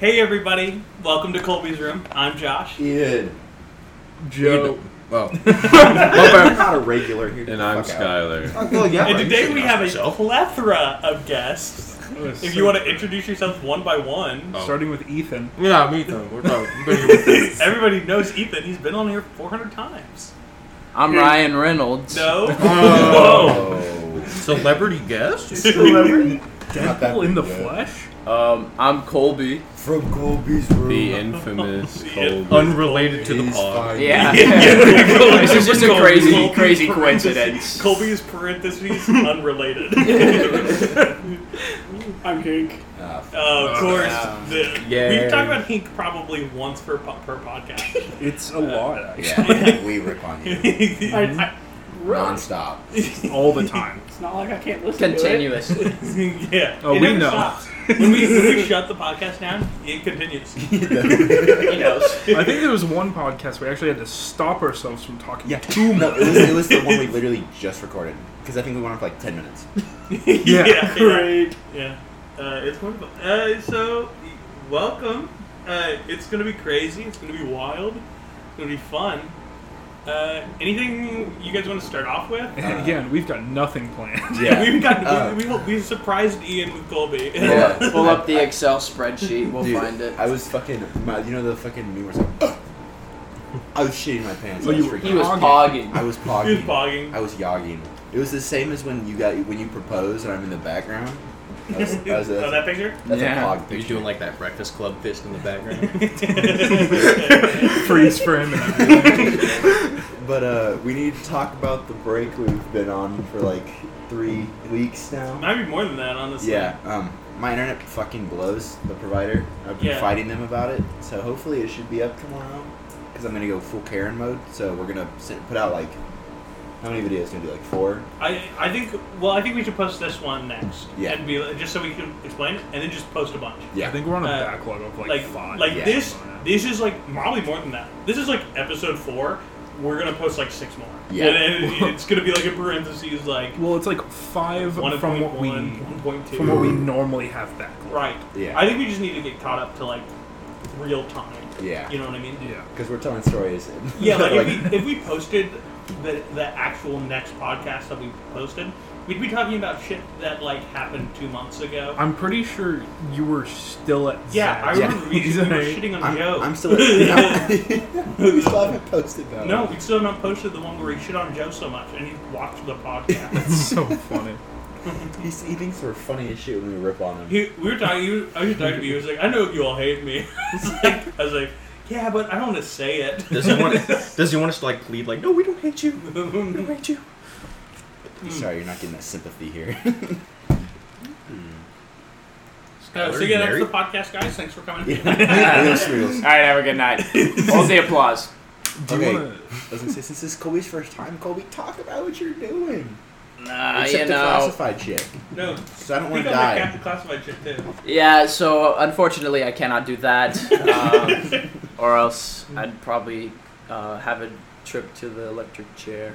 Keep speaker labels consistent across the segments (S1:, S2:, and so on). S1: Hey everybody, welcome to Colby's Room. I'm Josh.
S2: Ian.
S3: Joe.
S4: Oh,
S2: I'm not a regular here.
S4: and I'm
S2: Fuck out.
S4: Skyler.
S2: Oh, well, yeah,
S1: And
S2: right.
S1: today we have a
S4: Myself.
S1: plethora of guests. If you want to introduce yourselves one by one,
S4: Oh.
S3: starting with Ethan.
S4: Yeah, me too. We're talking.
S1: everybody knows Ethan. He's been on here 400 times.
S5: I'm Ryan Reynolds.
S1: No.
S4: Oh. Celebrity guest?
S3: Deadpool in the flesh.
S5: Um, I'm Colby.
S2: From Colby's room.
S4: The infamous
S1: The
S4: Colby.
S3: Unrelated
S4: to the pod.
S5: Yeah.
S1: Whoa.
S5: This is just a
S1: Colby-
S5: crazy,
S1: Colby
S5: crazy
S1: parentheses-
S5: coincidence.
S1: Colby's parentheses
S4: Oh,
S1: unrelated. I'm Hank.
S2: Ah, f-
S1: Uh, of course,
S2: Yeah.
S1: the,
S4: Yay.
S1: we've talked about Hank probably once per po- per podcast.
S3: It's a lot, actually.
S2: yeah, we rip on you
S1: I-
S2: nonstop.
S3: All the time.
S6: It's not like I can't listen
S5: Continuously.
S1: yeah.
S3: Oh,
S1: it
S3: we
S1: never
S3: know.
S1: stops. When we, when we shut the podcast down, it continues.
S5: he knows.
S3: I think there was one podcast where we actually had to stop ourselves from talking.
S2: Yeah, no, it was, it was the one we literally just recorded because I think we went on for like ten minutes.
S3: Yeah.
S1: yeah.
S6: Great.
S1: Yeah. Uh, it's wonderful. Uh, so, welcome. Uh, it's going to be crazy. It's going to be wild. It's going to be fun. Uh, anything you guys want to start off with?
S3: And again, we've got nothing planned.
S1: We've got
S2: Uh.
S1: we, we, we surprised Ian with Colby.
S2: Yeah.
S5: Pull up the Excel spreadsheet. We'll
S2: Dude,
S5: find it.
S2: I was fucking, my, you know the fucking new like, "Ugh." I was shitting my pants.
S3: Oh,
S2: I was
S3: you were-
S2: freaking
S5: He was
S3: Pogging.
S2: I
S5: pogging.
S2: was pogging.
S1: He was pogging.
S2: I was yogging. It was the same as when you got when you propose and I'm in the background. That was, that was a,
S1: Oh, that picture?
S2: that's
S5: Yeah.
S2: a pog
S7: Are you
S2: picture.
S7: doing like that Breakfast Club fist in the background?
S3: Freeze frame. And
S2: But uh, we need to talk about the break we've been on for like three weeks now.
S1: Might be more than that, honestly.
S2: Yeah. Um, my internet fucking blows. The provider. I've been
S1: Yeah.
S2: fighting them about it, so hopefully it should be up tomorrow. Because I'm gonna go full Karen mode. So we're gonna sit, put out like how many videos? Gonna be like four.
S1: I, I think well I think we should post this one next
S2: Yeah.
S1: and be just so we can explain it and then just post a bunch
S3: I think we're on a
S1: Uh,
S3: backlog of like,
S1: like
S3: five.
S1: like
S2: yeah.
S1: this this is like probably more than that this is like episode four we're gonna post like six more
S2: Yeah.
S1: and, then it's gonna be like a parentheses like
S3: Well, it's like five
S1: one
S3: from what we
S1: one point two
S3: from what we normally have backlog.
S1: right
S2: Yeah.
S1: I think we just need to get caught up to like real time
S2: Yeah.
S1: you know what I mean
S3: Yeah.
S2: Because we're telling stories.
S1: yeah like, if, we, if we posted the the actual next podcast that we posted we'd be talking about shit that like happened two months ago
S3: I'm pretty sure you were still at
S1: Yeah, I
S3: Zach's.
S1: remember we, we were shitting on
S2: I'm,
S1: Joe.
S2: I'm still. we still haven't posted that.
S1: no, we still haven't posted the one where he shit on Joe so much and he watched the podcast.
S3: That's so funny.
S2: He, he thinks we're funny as shit when we rip on him.
S1: he, we were talking. He was, I was talking to you. He was like, "I know you all hate me." It's like, I was like, "Yeah, but I don't want to say it."
S7: Does he want? Does he want us to like plead like, no, we don't hate you, we don't hate you?
S2: Sorry, you're not getting that sympathy here.
S1: Uh, so
S7: Are you
S1: yeah, that's
S7: married?
S1: the podcast, guys. Thanks for coming.
S2: Real squiggles.
S5: All right, have a good night. Hold the applause.
S3: Do
S2: Okay.
S3: you wanna,
S2: I was gonna say, since this is Colby's first time, Colby, talk about what you're doing.
S5: Nah,
S2: Except
S5: Uh, you
S2: the
S5: know.
S2: classified shit.
S1: No,
S2: So I don't
S1: we
S2: want
S1: got
S2: to
S1: that
S2: die.
S1: Captain Classified shit too.
S5: Yeah. So unfortunately, I cannot do that, um, or else I'd probably uh, have a trip to the electric chair.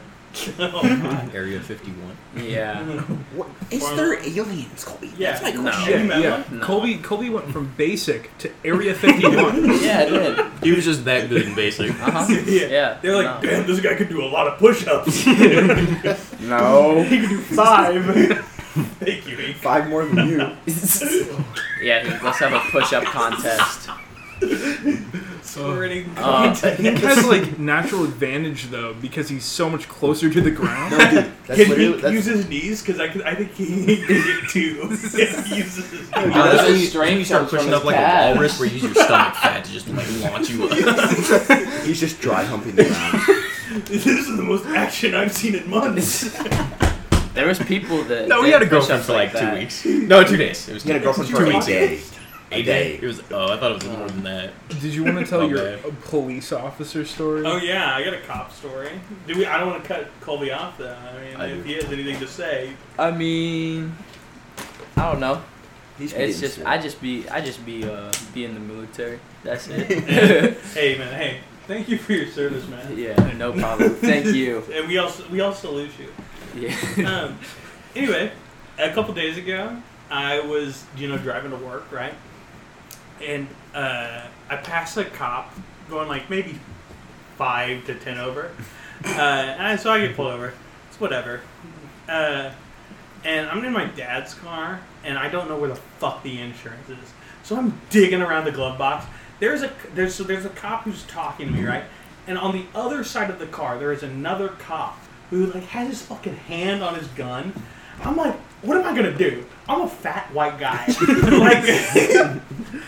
S1: Oh, my.
S7: Area 51.
S5: Yeah.
S2: What? Is
S1: Farm-
S2: there aliens, Colby?
S1: Yeah.
S2: That's my
S5: No.
S2: question.
S1: Shit, man.
S3: yeah. Colby Colby went from basic to Area 51.
S5: Yeah, I did. Uh
S7: He was just that good and basic.
S5: huh.
S1: Yeah.
S5: Yeah.
S1: They're like, damn, this guy could do a lot of push-ups.
S5: no. no.
S1: Five. Thank you. Hank.
S2: Five more than you.
S5: Yeah, dude, let's have a push-up contest.
S1: Squirting.
S5: Uh,
S3: He has like natural advantage though because he's so much closer to the ground.
S2: No, dude. That's
S1: can
S2: literally.
S1: he
S2: That's,
S1: use his knees? Because I, could- I think he can get two if he uses his knees.
S5: Oh,
S7: that's
S5: this
S7: when
S5: is
S7: you-
S5: strange
S7: You start
S5: comes from
S7: pushing
S5: his
S7: up like
S5: pad.
S7: a walrus, where you use your stomach fat to just like launch you up.
S2: he's just dry humping the ground.
S1: This is the most action I've seen in months.
S5: There was people that
S7: No, we
S5: did
S7: had a girlfriend
S5: push-ups
S7: for like two
S5: that.
S7: weeks. No, two days. It was
S2: He had a
S7: two
S2: girlfriend
S7: days.
S2: for
S7: two
S2: a
S7: weeks.
S2: day.
S7: A day. It was. Oh, I thought it was more than that.
S3: Did you want to tell
S7: Oh,
S3: your
S7: man.
S3: uh, police officer story?
S1: oh yeah, I got a cop story. Do we? I don't want to cut Colby off though. I mean,
S7: I
S1: if
S7: do.
S1: he has anything to say,
S5: I mean, I don't know.
S2: He's
S5: It's
S2: been
S5: just
S2: shit.
S5: I just be I just be uh be in the military. That's it.
S1: hey man, hey, thank you for your service, man.
S5: yeah, no problem. Thank you.
S1: And we also we all salute you.
S5: Yeah.
S1: Um, anyway, a couple days ago, I was you know driving to work, right? and uh, I pass a cop going like maybe five to ten over, uh, and I- so I get pulled over. It's whatever. Uh, and I'm in my dad's car, and I don't know where the fuck the insurance is. So I'm digging around the glove box. There's a there's so there's a cop who's talking to me right, and on the other side of the car there is another cop who like has his fucking hand on his gun. I'm like, what am I gonna do? I'm a fat white guy, like.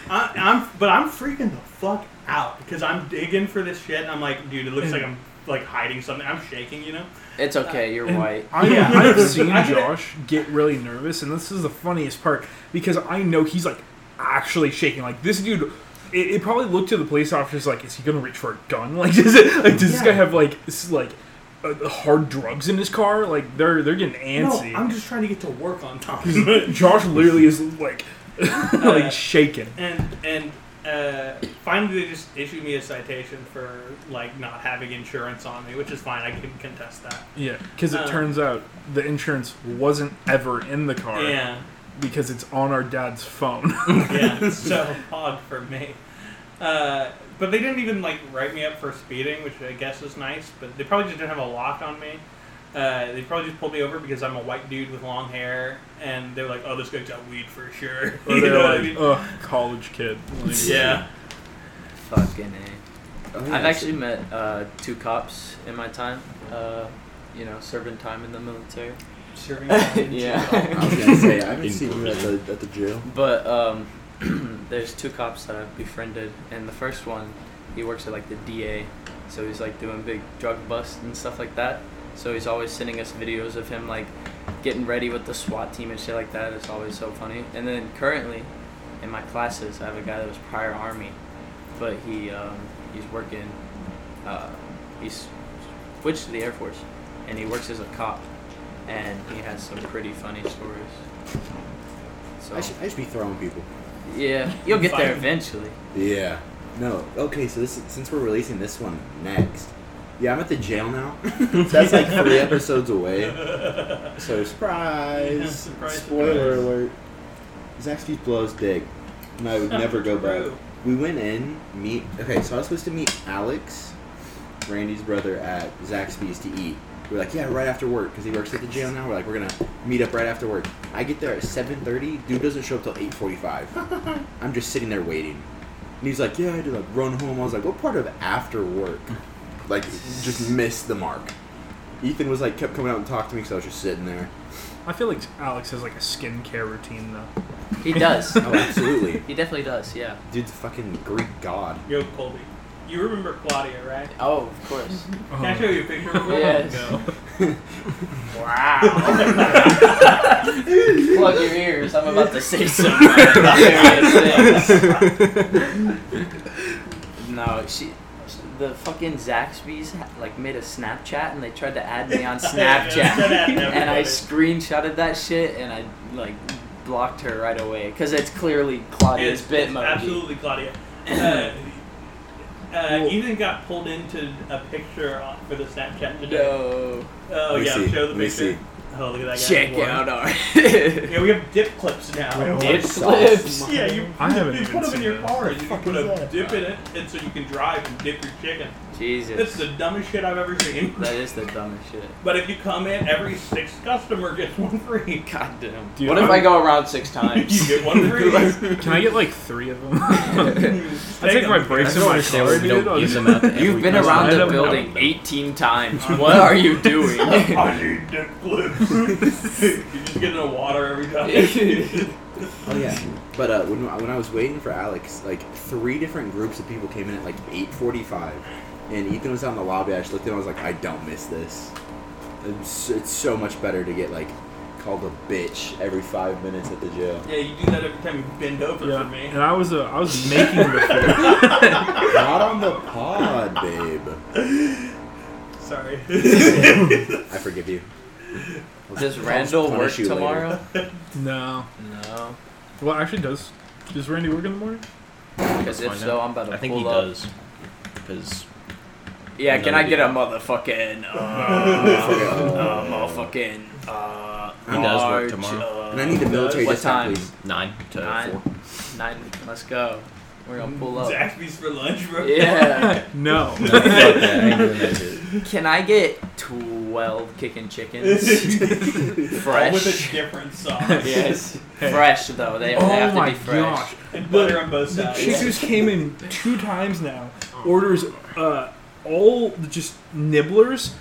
S1: I, I'm, but I'm freaking the fuck out because I'm digging for this shit. And I'm like, dude, it looks like I'm like hiding something. I'm shaking, you know.
S5: It's okay. You're
S3: And
S5: white.
S3: I,
S1: Yeah.
S3: I've seen
S1: I get it.
S3: Josh get really nervous, and this is the funniest part because I know he's like actually shaking. Like this dude, it, it probably looked to the police officers like, is he gonna reach for a gun? Like does it? Like does this guy
S1: Yeah.
S3: have like s- like uh, hard drugs in his car? Like they're they're getting antsy.
S1: No, I'm just trying to get to work on time. Uh,
S3: Josh literally is like like shaking.
S1: and and uh, finally, they just issued me a citation for like not having insurance on me, which is fine. I can contest that.
S3: Yeah, because it
S1: Uh.
S3: turns out the insurance wasn't ever in the car
S1: Yeah,
S3: because it's on our dad's phone.
S1: yeah. it's so hard for me. Uh, but they didn't even like write me up for speeding, which I guess is nice. But they probably just didn't have a lock on me. Uh, they probably just pulled me over because I'm a white dude with long hair, and they were like, "Oh, this guy's got weed for sure."
S3: Or
S1: You
S3: they're
S1: know what I
S3: like, "Oh,
S1: mean?
S3: "Ugh, college kid. Like,
S1: yeah.
S5: Fucking A.
S2: Oh, yeah,
S5: I've
S2: that's-
S5: actually met uh, two cops in my time. Uh, you know, serving time in the military.
S1: Serving
S2: I was gonna say I haven't seen you at the at the jail.
S5: But um, there's two cops that I've befriended, and the first one, he works at like the DA, so he's like doing big drug busts and stuff like that. So he's always sending us videos of him like getting ready with the SWAT team and shit like that. It's always so funny. And then currently, in my classes, I have a guy that was prior army, but he um, he's working, uh, he's switched to the Air Force, and he works as a cop, and he has some pretty funny stories. So.
S2: I should I should be throwing people.
S5: Yeah, you'll get there
S1: Fine.
S5: eventually.
S2: Yeah. No. Okay. So this since we're releasing this one next. Yeah, I'm at the jail now. so that's like three episodes away. So surprise!
S1: Yeah, surprise,
S2: Spoiler
S1: surprise.
S2: alert. Zach's blows dick, and I would never go back.
S1: True.
S2: We went in meet. Okay, so I was supposed to meet Alex, Randy's brother, at Zaxby's to eat. We're like, yeah, right after work, because he works at the jail now. We're like, we're gonna meet up right after work. I get there at seven thirty. Dude doesn't show up till eight forty-five. I'm just sitting there waiting, and he's like, yeah, I did a run home. I was like, what part of after work? Like, just missed the mark. Ethan was like, kept coming out and talking to me because I was just sitting there.
S3: I feel like Alex has like a skincare routine though.
S5: He does.
S2: Oh, absolutely.
S5: he definitely does. Yeah.
S2: Dude's a fucking Greek god.
S1: Yo, Colby. You remember Claudia, right?
S5: Oh, of course.
S1: Can
S3: Uh-huh. Uh,
S1: I show you a picture of her?
S5: Yes.
S1: No.
S5: Plug your ears. I'm about to say some hilarious things. No, she. The fucking Zaxby's like made a Snapchat and they tried to add me on Snapchat, and I screenshotted that shit and I like blocked her right away because it's clearly Claudia's
S1: it's, it's
S5: Bitmoji.
S1: absolutely Claudia. Uh, uh, Ethan got pulled into a picture on, for the Snapchat today.
S5: No.
S1: Oh
S2: Let me
S1: yeah,
S2: see.
S1: show the
S2: Let me
S1: picture.
S2: see.
S1: Oh look at that guy.
S5: Check
S1: Wow.
S5: out our
S1: Yeah, we have dip clips now.
S5: dip
S2: sauce.
S5: clips.
S1: Yeah, you,
S3: I haven't
S1: you
S3: even
S1: put them in
S3: seen
S1: your
S3: that.
S1: car and you
S2: fuck
S1: put
S2: is
S1: a
S2: that?
S1: dip in it, and so you can drive and dip your chicken.
S5: Jesus.
S1: That's the dumbest shit I've ever seen.
S5: That is the dumbest shit.
S1: But if you come in, every sixth customer gets one free.
S5: God damn.
S3: Dude,
S5: what if
S3: I'm-
S5: I go around six times?
S1: You get one free.
S3: Can I get like three of them? I
S1: I
S3: think my brace in
S4: don't
S3: my
S4: understand
S3: car,
S4: why we
S3: dude.
S4: don't give them out to every
S5: You've been
S4: person.
S5: around
S3: I
S5: the
S3: don't know.
S5: building 18 times. What are you doing?
S1: I need dip clips. you just get in the water every time.
S2: Oh yeah. But uh, when when I was waiting for Alex, like three different groups of people came in at like eight forty-five, and Ethan was out in the lobby. I just looked at him. I was like, I don't miss this. It's, it's so much better to get like called a bitch every five minutes at the jail.
S1: yeah, you do that every time you bend over
S3: Yeah,
S1: for me.
S3: and I was uh, I was making the food.
S2: Not on the pod, babe.
S1: Sorry.
S2: I forgive you.
S5: Does Randall
S2: I'll
S5: work
S2: punish you later.
S5: tomorrow?
S3: No,
S5: No.
S3: well actually does does Randy work in the morning?
S5: Because if
S4: Find
S5: so,
S4: out.
S5: I'm about to
S4: I think
S5: pull
S4: he
S5: up.
S4: does. Because
S5: Yeah, can
S4: No,
S5: I
S4: he
S5: get a motherfucking. Uh,
S2: Uh,
S5: uh, motherfucking. Uh,
S4: He does work
S5: large,
S4: tomorrow.
S5: uh,
S2: And I need the military
S5: What
S2: discount,
S5: time?
S2: please.
S4: nine to
S5: Nine.
S4: four.
S5: Nine. Let's go. We're gonna pull up.
S1: Zaxby's for lunch, bro.
S5: Yeah.
S3: No.
S4: No, fuck that. I ain't doing that shit.
S5: Can I get twelve kicking chickens?
S1: All with a
S5: Fresh.
S1: different sauce.
S5: yes. Fresh though. They, they
S3: oh
S5: have to
S3: my
S5: be fresh.
S3: gosh.
S1: And butter on both
S3: The
S1: sides.
S3: chickens came in two times now. Orders uh, all the just nibblers,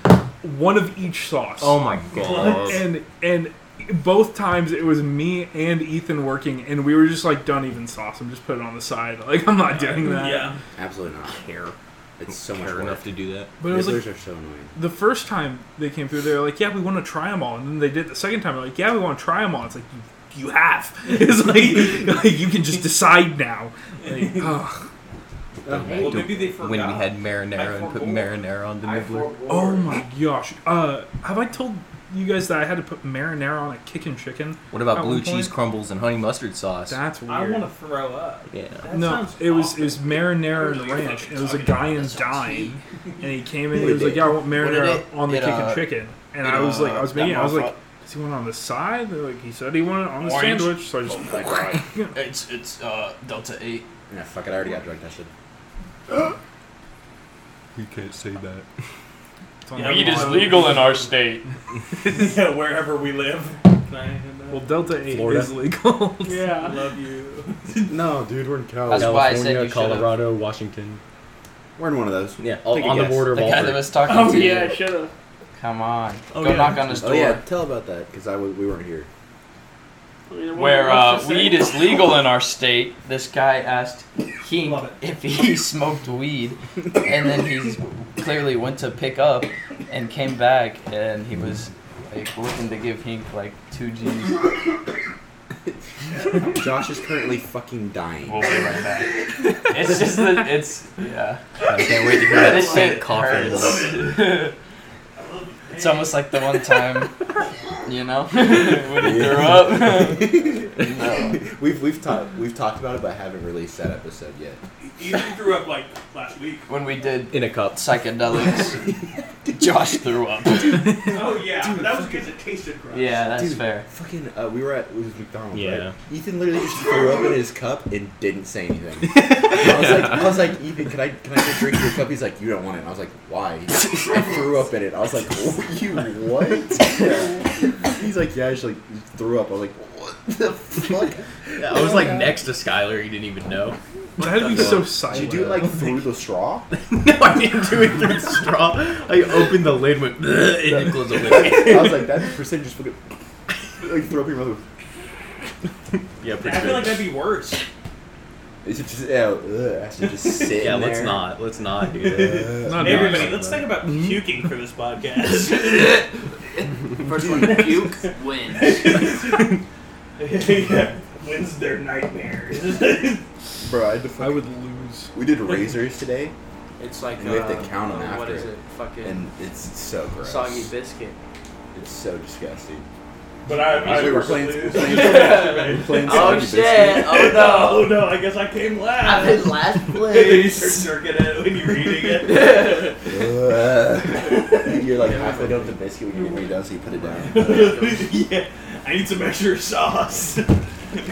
S3: one of each sauce.
S7: Oh my god.
S3: and and both times it was me and Ethan working, and we were just like, "Don't even sauce them. Just put it on the side. Like I'm not doing that."
S1: Yeah.
S2: Absolutely not.
S7: care.
S2: It's so much
S7: care
S2: work.
S7: enough to do that.
S3: But it was like
S2: Nibblers are so annoying.
S3: the first time they came through, they were like, "Yeah, we want to try them all," and then they did it the second time. They're like, "Yeah, we want to try them all." It's like you, you have. It's like, like you can just decide now. Like, ugh.
S1: Well, maybe they forgot.
S7: When we had
S1: I
S7: marinara and put
S1: forgot.
S7: marinara on the nibbler.
S3: Oh my gosh. Uh, have I told you guys that I had to put marinara on a kickin' chicken?
S7: What
S3: At
S7: about blue
S3: one point-
S7: cheese crumbles and honey mustard sauce?
S3: That's
S1: I
S3: weird.
S1: want to throw up.
S7: yeah.
S1: That
S3: no,
S1: sounds
S3: it was
S1: awful.
S3: it was marinara and
S1: Really
S3: ranch.
S1: fucking
S3: It was a
S1: talking
S3: guy
S1: about
S3: in
S1: this on
S3: dime, and he came in. and
S2: What
S3: He was
S2: did
S3: like, "Yeah, I want
S4: did
S3: marinara
S4: it-
S3: on the
S4: it,
S3: kickin'
S4: uh,
S3: chicken." And I was like, I was
S4: that
S3: making, I was like,
S4: motherfucker-
S3: "Does he want it on the side?" They're like, "He said he wanted it on the
S4: Orange?
S3: sandwich." So I just,
S4: Oh my god. It's it's uh Delta Eight.
S2: Yeah, fuck it. I already got drug tested.
S7: You can't say that.
S3: it's on
S1: Yeah,
S3: the
S1: Weed
S3: line.
S1: is legal
S4: in our state.
S1: yeah, wherever we live. Can I have that?
S3: Well, Delta Eight
S7: Florida.
S3: is legal.
S1: yeah. Love you.
S2: no, dude, we're in
S4: That's
S2: California.
S4: why I said you should have.
S7: Washington.
S2: We're in one of those.
S7: Yeah,
S4: Take a
S7: on the
S4: guess.
S7: border of
S4: The guy that
S7: Alfred.
S4: was talking
S1: Oh
S4: to you.
S1: yeah, should have.
S5: Come on.
S1: Oh,
S5: Go
S1: yeah.
S5: knock on his door.
S2: Oh yeah, tell about that because I was, we weren't here.
S4: Where uh, weed is legal in our state.
S5: This guy asked he
S1: Love
S5: if he smoked weed, and then he clearly went to pick up and came back, and he was like looking to give Hink like two G's.
S2: Josh is currently fucking dying.
S4: We'll be right back.
S5: It's just that it's yeah.
S7: I can't wait to hear that
S5: This
S7: sick
S5: shit
S7: coffee.
S5: hurts. It's almost like the one time, you know, when he threw up. no.
S2: We've we've talked we've talked about it, but haven't released that episode yet.
S1: Ethan threw up like last week.
S5: When we did
S7: In a cup.
S5: psychedelics, Josh threw up.
S1: Oh yeah, but that was because it tasted gross.
S5: Yeah, that's
S2: Dude.
S5: fair.
S2: Fucking, uh, we were at it was McDonald's.
S7: Yeah.
S2: Right? Ethan literally just threw up in his cup and didn't say anything. I was like, I was like, Ethan, can I can I just drink your cup? He's like, you don't want it. And I was like, why? He's like, I threw up in it. I was like, oh, you what? He's like, yeah, I just like threw up. I was like, what the fuck?
S7: I was like next to Skylar. He didn't even know.
S3: Why would be so silent?
S2: Did you do it like through the straw?
S7: no, I didn't do it through the straw. I opened the lid, went, "Bleh," and it closed the lid.
S2: I was like, that percent just fucking like throw up in your mouth.
S7: Yeah,
S1: I
S7: pretty
S1: feel like
S7: good.
S1: that'd be worse.
S2: Is it just yeah, ugh, I should just sit.
S7: Yeah,
S2: in
S7: let's
S2: there.
S7: not. Let's not do that.
S3: Not
S1: Hey,
S3: nice.
S1: everybody, let's think about puking for this podcast.
S5: First one to puke wins.
S1: yeah, wins their nightmares.
S2: bro. I, had to
S3: I
S2: fucking,
S3: would lose.
S2: we did razors today,
S5: It's like
S2: And we have to
S5: uh,
S2: count 'em
S5: What
S2: after.
S5: is it? Fucking
S2: and it's so gross.
S5: soggy biscuit.
S2: It's so disgusting.
S1: But I, I
S2: We were playing-
S1: lose.
S2: we were playing- we were playing
S5: Oh
S2: soggy
S5: shit! Oh
S1: Oh
S5: no!
S1: no, I guess I came
S5: I'm
S1: last.
S5: in last
S1: you
S5: place.
S1: start jerking it when you're eating it.
S2: Ugh. You're like halfway done with the biscuit when you're way done, so you put it down.
S1: yeah, I need some extra sauce.
S2: what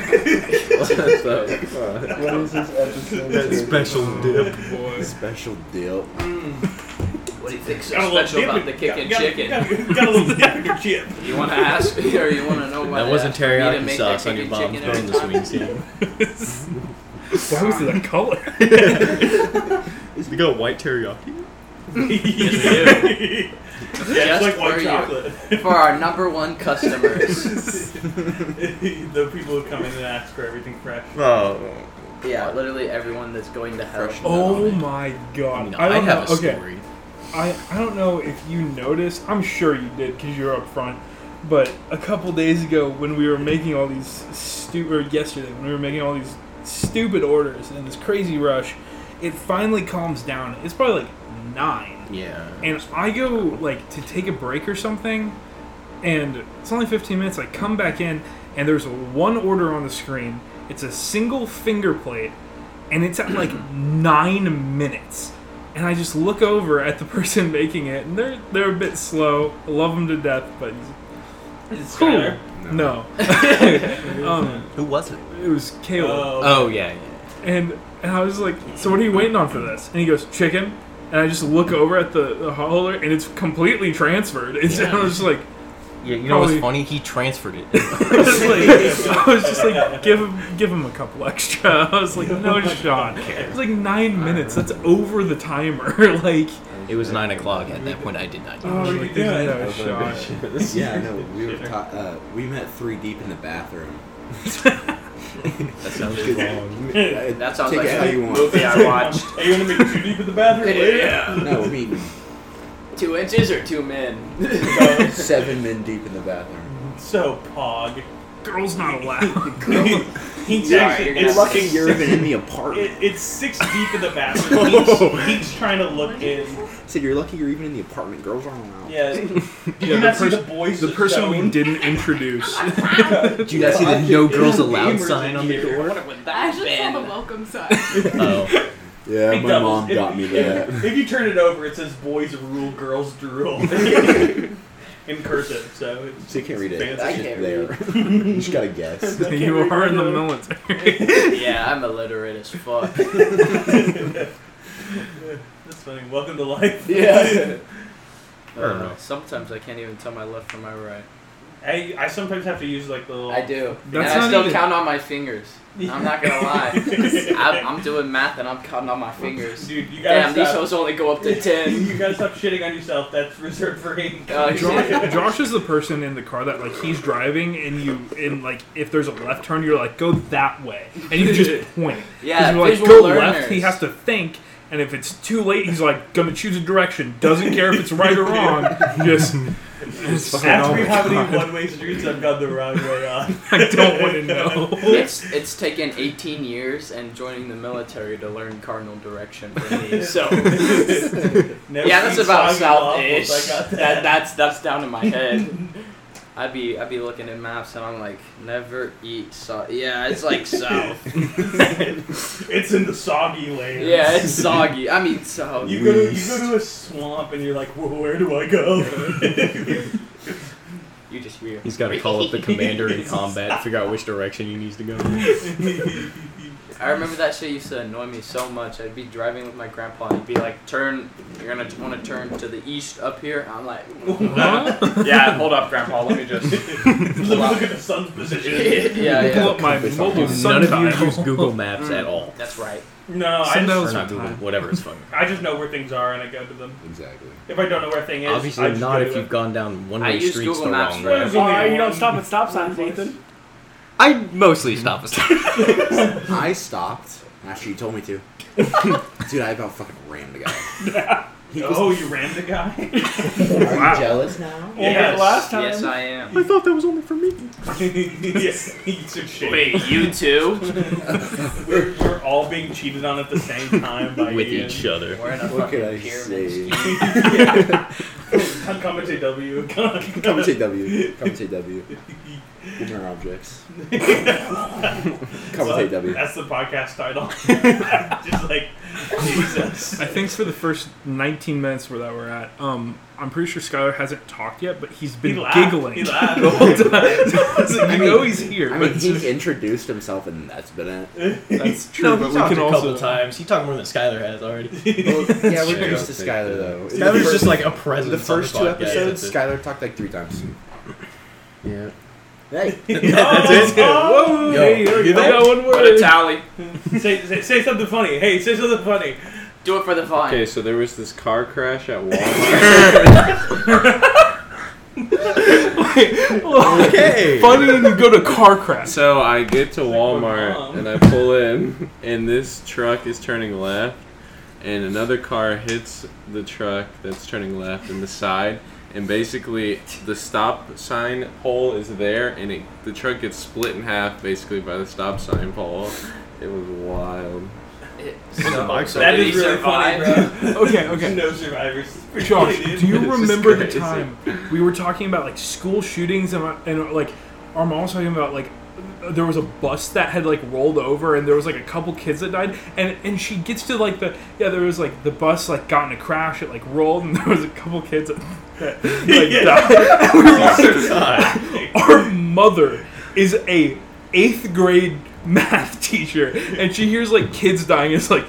S2: is this episode?
S7: special dip.
S1: Boy.
S2: special dip.
S5: What do you think's
S1: Got a
S5: so
S1: little
S5: special
S1: dip
S5: about
S1: in-
S5: the kicking
S1: got- got-
S5: chicken?
S1: Got, got a little dip in your chip.
S5: You want to ask me, or you want to know why?
S7: That wasn't
S5: they asked me uh, to
S7: teriyaki
S5: make that
S7: sauce on your
S5: kicking
S7: mom's
S5: chicken every
S7: phone this
S5: time?
S7: week, Sam.
S3: Why was it that color?
S7: You got white teriyaki?
S1: yes, yeah, it's
S5: Just
S1: like
S5: for
S1: white
S5: you.
S1: chocolate.
S5: For our number one customers.
S1: the people who come in and ask for everything fresh.
S7: Oh.
S5: yeah, literally everyone that's going to hell.
S2: Fresh.
S3: Oh my
S7: I
S3: god!
S7: mean,
S3: I
S7: I
S3: don't
S7: have
S3: know.
S7: a
S3: Okay,
S7: story.
S3: I, I don't know if you noticed. I'm sure you did because you were up front. But a couple days ago, when we were making all these stupid, or yesterday, when we were making all these stupid orders in this crazy rush, it finally calms down. It's probably like nine,
S7: Yeah.
S3: and I go like to take a break or something, and it's only 15 minutes. I come back in, and there's one order on the screen. It's a single finger plate, and it's at like nine minutes. And I just look over at the person making it, and they're they're a bit slow. I love them to death, but
S1: It's
S3: cool.
S1: Skylar.
S3: no. um,
S7: Who was it?
S3: it was Caleb.
S1: Oh,
S7: Oh, yeah, yeah.
S3: And, and I was like, so what are you waiting on for this? And he goes, chicken. And I just look over at the, the holder, and it's completely transferred. It's, and I was just like,
S6: Yeah, you know
S3: Probably-
S6: what's funny? He transferred it.
S3: I was like, I was just like, give him, give him a couple extra. I was like, no shot. It's like nine minutes. That's over the timer. like,
S6: it was nine o'clock at that point. I did not.
S3: oh,
S1: you
S3: like,
S1: doing?
S3: there's no shot.
S2: yeah, I know. We were ta- uh, we met three deep in the bathroom. that sounds wrong.
S5: That sounds
S2: Take
S5: like
S2: it how you
S5: a
S2: want.
S5: movie I watched.
S1: Are you gonna make too deep in the bathroom?
S5: Yeah.
S2: No, I mean
S5: Two inches or two men?
S2: seven men deep in the bathroom.
S1: So pog.
S3: Girls not allowed.
S1: He's
S5: Sorry,
S1: actually-
S5: you're gonna
S2: You're
S1: it's
S5: have
S2: lucky
S5: to-
S1: six-
S2: you're even in the
S1: It,
S2: apartment.
S1: it's six deep in the bathroom.
S5: Oh.
S1: He's, he's trying to look in.
S2: Said you're lucky you're even in the apartment. Girls aren't allowed.
S1: Yeah. Did
S3: Yeah,
S1: you
S3: the
S1: not see the
S3: person-
S1: boys?
S3: the person we
S1: zone?
S3: didn't introduce.
S6: Did you guys see the no girls allowed sign on the door?
S8: I just saw the welcome sign.
S6: Oh,
S2: Yeah,
S1: Big doubles. If- If, if you turn it over, it says "boys rule, girls drool" in cursive. So it's,
S2: So you can't read it.
S1: Fancy.
S2: It's
S5: I
S2: just
S5: can't
S2: there. you just gotta guess.
S1: I can't
S3: you
S1: read
S3: are in the
S1: regular-
S3: military.
S5: yeah, I'm illiterate as fuck.
S1: That's funny. Welcome to life.
S5: Yeah.
S7: don't know.
S5: Uh, sometimes I can't even tell my left from my right.
S1: I, I sometimes have to use like the little.
S5: I do.
S3: That's
S5: and
S3: not
S5: I still
S3: even-
S5: count on my fingers. I'm not gonna lie. I, I'm doing math and I'm counting on my fingers.
S1: Dude, you gotta
S5: Damn, these
S1: stop.
S5: hoes only go up to ten.
S1: you gotta stop shitting on yourself. That's reserved for him.
S3: Oh,
S5: Uh,
S3: Josh, Josh is the person in the car that like he's driving and you and like if there's a left turn you're like go that way and you just point. 'Cause
S5: Yeah,
S3: you're like
S5: visual
S3: go
S5: learners.
S3: left. He has to think, and if it's too late, he's like gonna choose a direction. Doesn't care if it's right or wrong. Just, just
S1: Ask
S3: oh
S1: me
S3: my
S1: how many
S3: God,
S1: one-way streets I've gone the wrong way on.
S3: I don't want to know.
S5: It's it's taken 18 years and joining the military to learn cardinal direction for me. So
S1: Never
S5: yeah, that's
S1: seen
S5: about
S1: soggy waffles,
S5: south-ish.
S1: I got
S5: That, that's that's down in my head. I'd be I'd be looking at maps and I'm like, never eat south. Yeah, it's like south.
S1: it's in the soggy lane.
S5: yeah, it's soggy. I mean south.
S1: You go, to, you go to a swamp and you're like, well, where do I go?
S5: You just weird.
S6: he's got to call up the commander in combat, figure out which direction he needs to go.
S5: I remember that shit used to annoy me so much. I'd be driving with my grandpa and he'd be like, "Turn, you're gonna want to turn to the east up here." I'm like,
S3: Huh?
S5: "Yeah, hold up, grandpa. Let me just."
S1: look, look at the sun's position.
S5: yeah,
S3: Pull
S5: yeah.
S3: up my
S2: Compass
S3: mobile
S2: on.
S6: None of you use
S3: sundial.
S6: Google Maps at all.
S5: That's right.
S1: No, I just,
S3: Sundial-
S6: Or
S3: Those are
S6: not Google,
S3: time.
S6: whatever it's fucking.
S1: I just know where things are and I go to them.
S2: Exactly.
S1: If I don't know where a thing is, I
S6: Obviously
S1: just
S6: not
S1: go
S6: if
S1: to
S6: you've
S1: it.
S6: gone down
S5: I
S6: one-way
S5: use
S6: streets the
S5: Google Maps
S6: wrong
S5: for
S6: way.
S1: everything.
S9: All right, you don't stop at stop signs, Nathan.
S6: I mostly stop at stop.
S2: I stopped after you told me to. Dude, I about fucking rammed a guy. He was-
S1: Oh, you rammed the guy?
S2: Are you
S3: Wow.
S2: jealous now?
S1: Yes.
S9: last time.
S5: Yes, I am.
S6: thought that was only for me.
S1: yes. He took shit.
S5: Wait, you too?
S1: We're, we're all being cheated on at the same time by
S6: With
S1: Ian.
S6: each other.
S5: We're in a
S2: What
S5: fucking
S2: can I
S5: pyramid.
S2: say?
S1: Come come to W. Come,
S2: Come to W. Come to W. Give me our objects. Come
S1: So,
S2: to W.
S1: That's the podcast title. just like Jesus.
S3: I think for the first 19 minutes where that we're at, um, I'm pretty sure Skylar hasn't talked yet, but he's
S1: He
S3: been
S1: laughed.
S3: giggling.
S1: He laughed.
S3: the whole time. It's like,
S2: I
S3: you
S2: mean-
S3: know he's here.
S2: I
S3: but
S2: mean,
S3: it's
S2: he
S3: just-
S2: introduced himself, and that's been it.
S3: that's true. but we can also
S6: times. He talked more than Skylar has already.
S2: yeah,
S6: we're
S2: we're
S6: Sure.
S2: used
S6: used
S2: to
S6: to
S2: Skylar though.
S7: That was just like a presence.
S2: the first
S7: on
S2: two
S7: the podcast.
S2: episodes.
S7: That's it.
S2: Skylar talked like three times.
S7: Yeah.
S2: Hey,
S1: That's it.
S2: Yo,
S3: Whoa! hey,
S7: you
S3: you got one
S5: Put a
S3: word.
S5: tally.
S1: say, say, say something funny. Hey, say something funny.
S5: Do it for the fun.
S9: Okay, so there was this car crash at Walmart.
S7: Okay.
S3: Funny, and you go to car crash.
S9: So I get to
S1: mom.
S9: Walmart and I pull in, and this truck is turning left, and another car hits the truck that's turning left in the side, and basically the stop sign pole is there, and it, the truck gets split in half basically by the stop sign pole. It was wild.
S5: It-
S6: So,
S1: That
S5: did
S1: is
S5: he
S1: really funny,
S5: survive?
S1: bro.
S3: Okay, okay.
S1: No survivors.
S3: Josh, do you
S9: This is
S3: remember the
S9: crazy.
S3: time we were talking about like school shootings and, and like our mom was talking about like there was a bus that had like rolled over and there was like a couple kids that died and and she gets to like the yeah there was like the bus like got in a crash it like rolled and there was a couple kids that, that like died. We were like, our mother is a eighth grade math teacher, and she hears like kids dying. It's like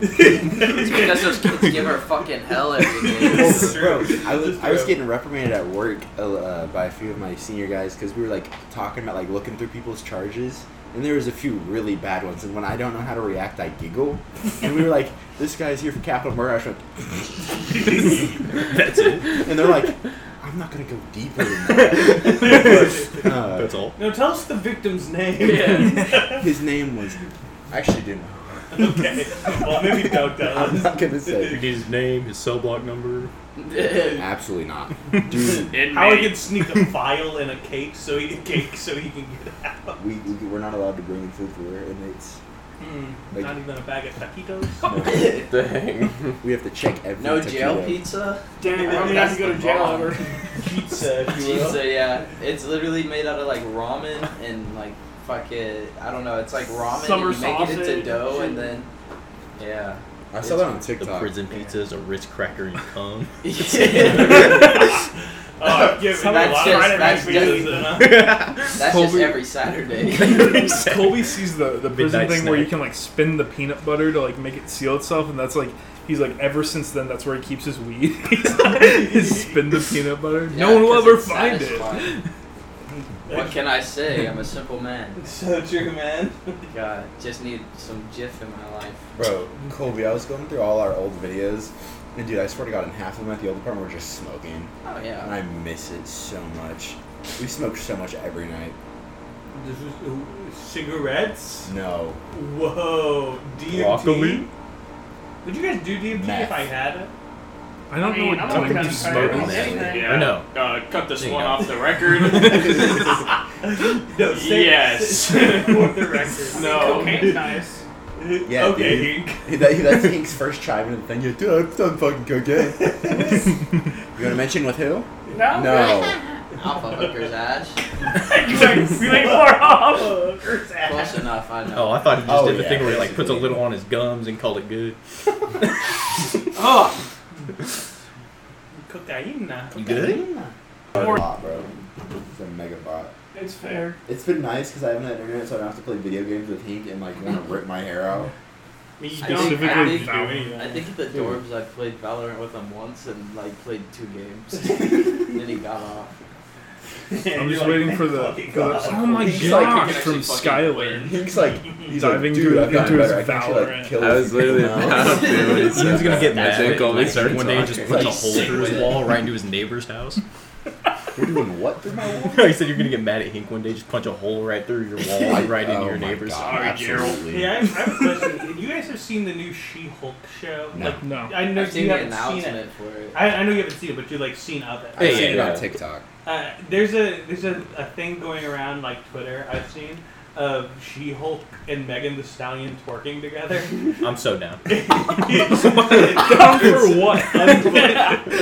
S5: It's because those kids give her fucking hell every day.
S2: Well,
S1: It's
S2: bro,
S1: true.
S2: I was,
S1: It's
S2: I was
S1: true.
S2: getting reprimanded at work uh, uh, by a few of my senior guys because we were like talking about like looking through people's charges, and there was a few really bad ones. And when I don't know how to react, I giggle. And we were like, "This guy's here for capital murder." I just went,
S7: That's it.
S2: and they're like, "I'm not gonna go deeper than that." Uh,
S7: That's all.
S1: Now tell us the victim's name.
S2: his name was. I actually didn't.
S1: okay. Well, maybe don't tell
S2: I'm
S1: us.
S2: not gonna say.
S7: His name, his cell block number.
S2: Absolutely not, dude.
S1: How I can sneak a file in a cake so he cake so he can get out.
S2: We, we we're not allowed to bring in food for our inmates.
S1: Mm,
S2: Like-
S1: not even a bag of taquitos.
S2: No,
S9: Dang.
S2: we have to check every.
S5: No jail
S2: taquito.
S5: pizza?
S1: Danny,
S5: then you have to go to jail over
S1: pizza, if you will.
S5: Pizza, yeah. It's literally made out of like ramen and like fucking, I don't know, it's like ramen
S1: Summer
S5: and you make it into
S1: sausage.
S5: dough and then, yeah.
S2: I saw that on TikTok.
S7: pizza is a Ritz cracker and cum.
S1: Oh, I've given a
S5: That's
S1: lot
S5: just-
S1: of Friday night
S5: that's
S1: videos,
S5: just-
S1: huh?
S5: That's just
S3: Colby-
S5: every Saturday.
S3: Colby sees the the prison
S7: Midnight
S3: thing where
S7: snack.
S3: you can like spin the peanut butter to like make it seal itself, and that's like he's like ever since then that's where he keeps his weed. he's like, he's spin the peanut butter. no
S5: Yeah,
S3: one will
S5: 'cause
S3: ever
S5: it's
S3: find it.
S5: satisfying. What can I say? I'm a simple man.
S1: So true, man.
S5: God, just need some jiff in my life.
S2: Bro, Colby, I was going through all our old videos, and dude, I swear to God, in half of them at the old apartment, we're just smoking,
S5: Oh
S2: and
S5: yeah.
S2: I miss it so much. We smoke so much every night.
S1: This is ooh, cigarettes.
S2: No,
S1: Whoa, DMT.
S7: Broccoli?
S1: Would you guys do DMT
S2: Meth.
S1: if I had it?
S3: I don't know
S8: mean,
S3: what
S8: I'm
S3: doing
S8: looking
S3: to
S8: at
S3: smoke.
S2: on
S8: Saturday.
S2: that.
S7: I know.
S4: Uh, cut this
S7: There you
S4: one
S7: go.
S4: off the record.
S1: No, say
S4: Yes.
S1: Say it for the record.
S4: No.
S8: Cocaine's nice.
S2: Yeah,
S1: okay.
S2: He- that, he- that's Hink's first chime in the thing. You're, dude, I've done fucking cocaine. you want to mention with who?
S8: No.
S2: No.
S5: Alpha hooker's ash.
S1: we made four
S5: Close enough, I know.
S7: Oh, I thought he just
S2: Oh,
S7: did the
S2: yeah,
S7: thing where he like puts a
S2: basically.
S7: little on his gums and called it good.
S1: Cocaina.
S7: You good?
S2: Bot, bro. It's a mega bot.
S8: It's fair.
S2: It's been nice because I haven't had internet, so I don't have to play video games with Hink and like want to rip my hair out.
S1: I mean, you
S5: I
S1: don't
S5: think- I
S1: have to do
S5: think-
S1: anything.
S5: I think the Dorbs I played Valorant with him once and like played two games. then he got off.
S3: I'm
S1: You're
S3: just
S1: like,
S3: waiting for the.
S1: "Thank
S3: for
S1: God."
S3: the- oh my
S2: He's like,
S3: gosh!
S5: "You can
S3: From
S5: actually fucking
S3: Skylane.
S2: Hink's like, he's
S3: Diving
S2: like, dude,
S3: into-
S2: I've gotten
S3: into his
S2: better. I can actually
S3: Valorant.
S2: like kill
S9: I
S2: a
S9: was
S2: few
S9: literally
S2: now."
S9: about to do it.
S7: He was gonna get
S9: I
S7: mad.
S9: think
S7: at
S9: Colby
S7: me.
S9: started
S7: one day he just
S9: talking.
S7: puts a
S2: Like,
S7: hole
S5: sick
S7: through his
S5: with it.
S7: wall right into his neighbor's house.
S2: We're doing what through my wall?
S7: he said you're gonna get mad at Hink one day. Just punch a hole right through your wall, and right into
S2: Oh
S7: your
S2: my
S7: neighbor's.
S2: God,
S4: Sorry,
S2: absolutely.
S1: Hey, I, I have a question. you guys have seen the new She-Hulk show?
S2: No.
S1: Like,
S3: No.
S1: I know
S5: I've seen
S1: you
S5: the
S1: haven't seen it.
S5: announcement for it.
S1: I, I know you haven't seen it, but you've like seen of it.
S2: I've
S7: Yeah,
S2: seen it
S7: yeah,
S2: on
S7: yeah.
S2: TikTok.
S1: Uh, there's a there's a, a thing going around like Twitter I've seen of She-Hulk and Megan the Stallion twerking together.
S7: I'm so down.
S3: Down for what?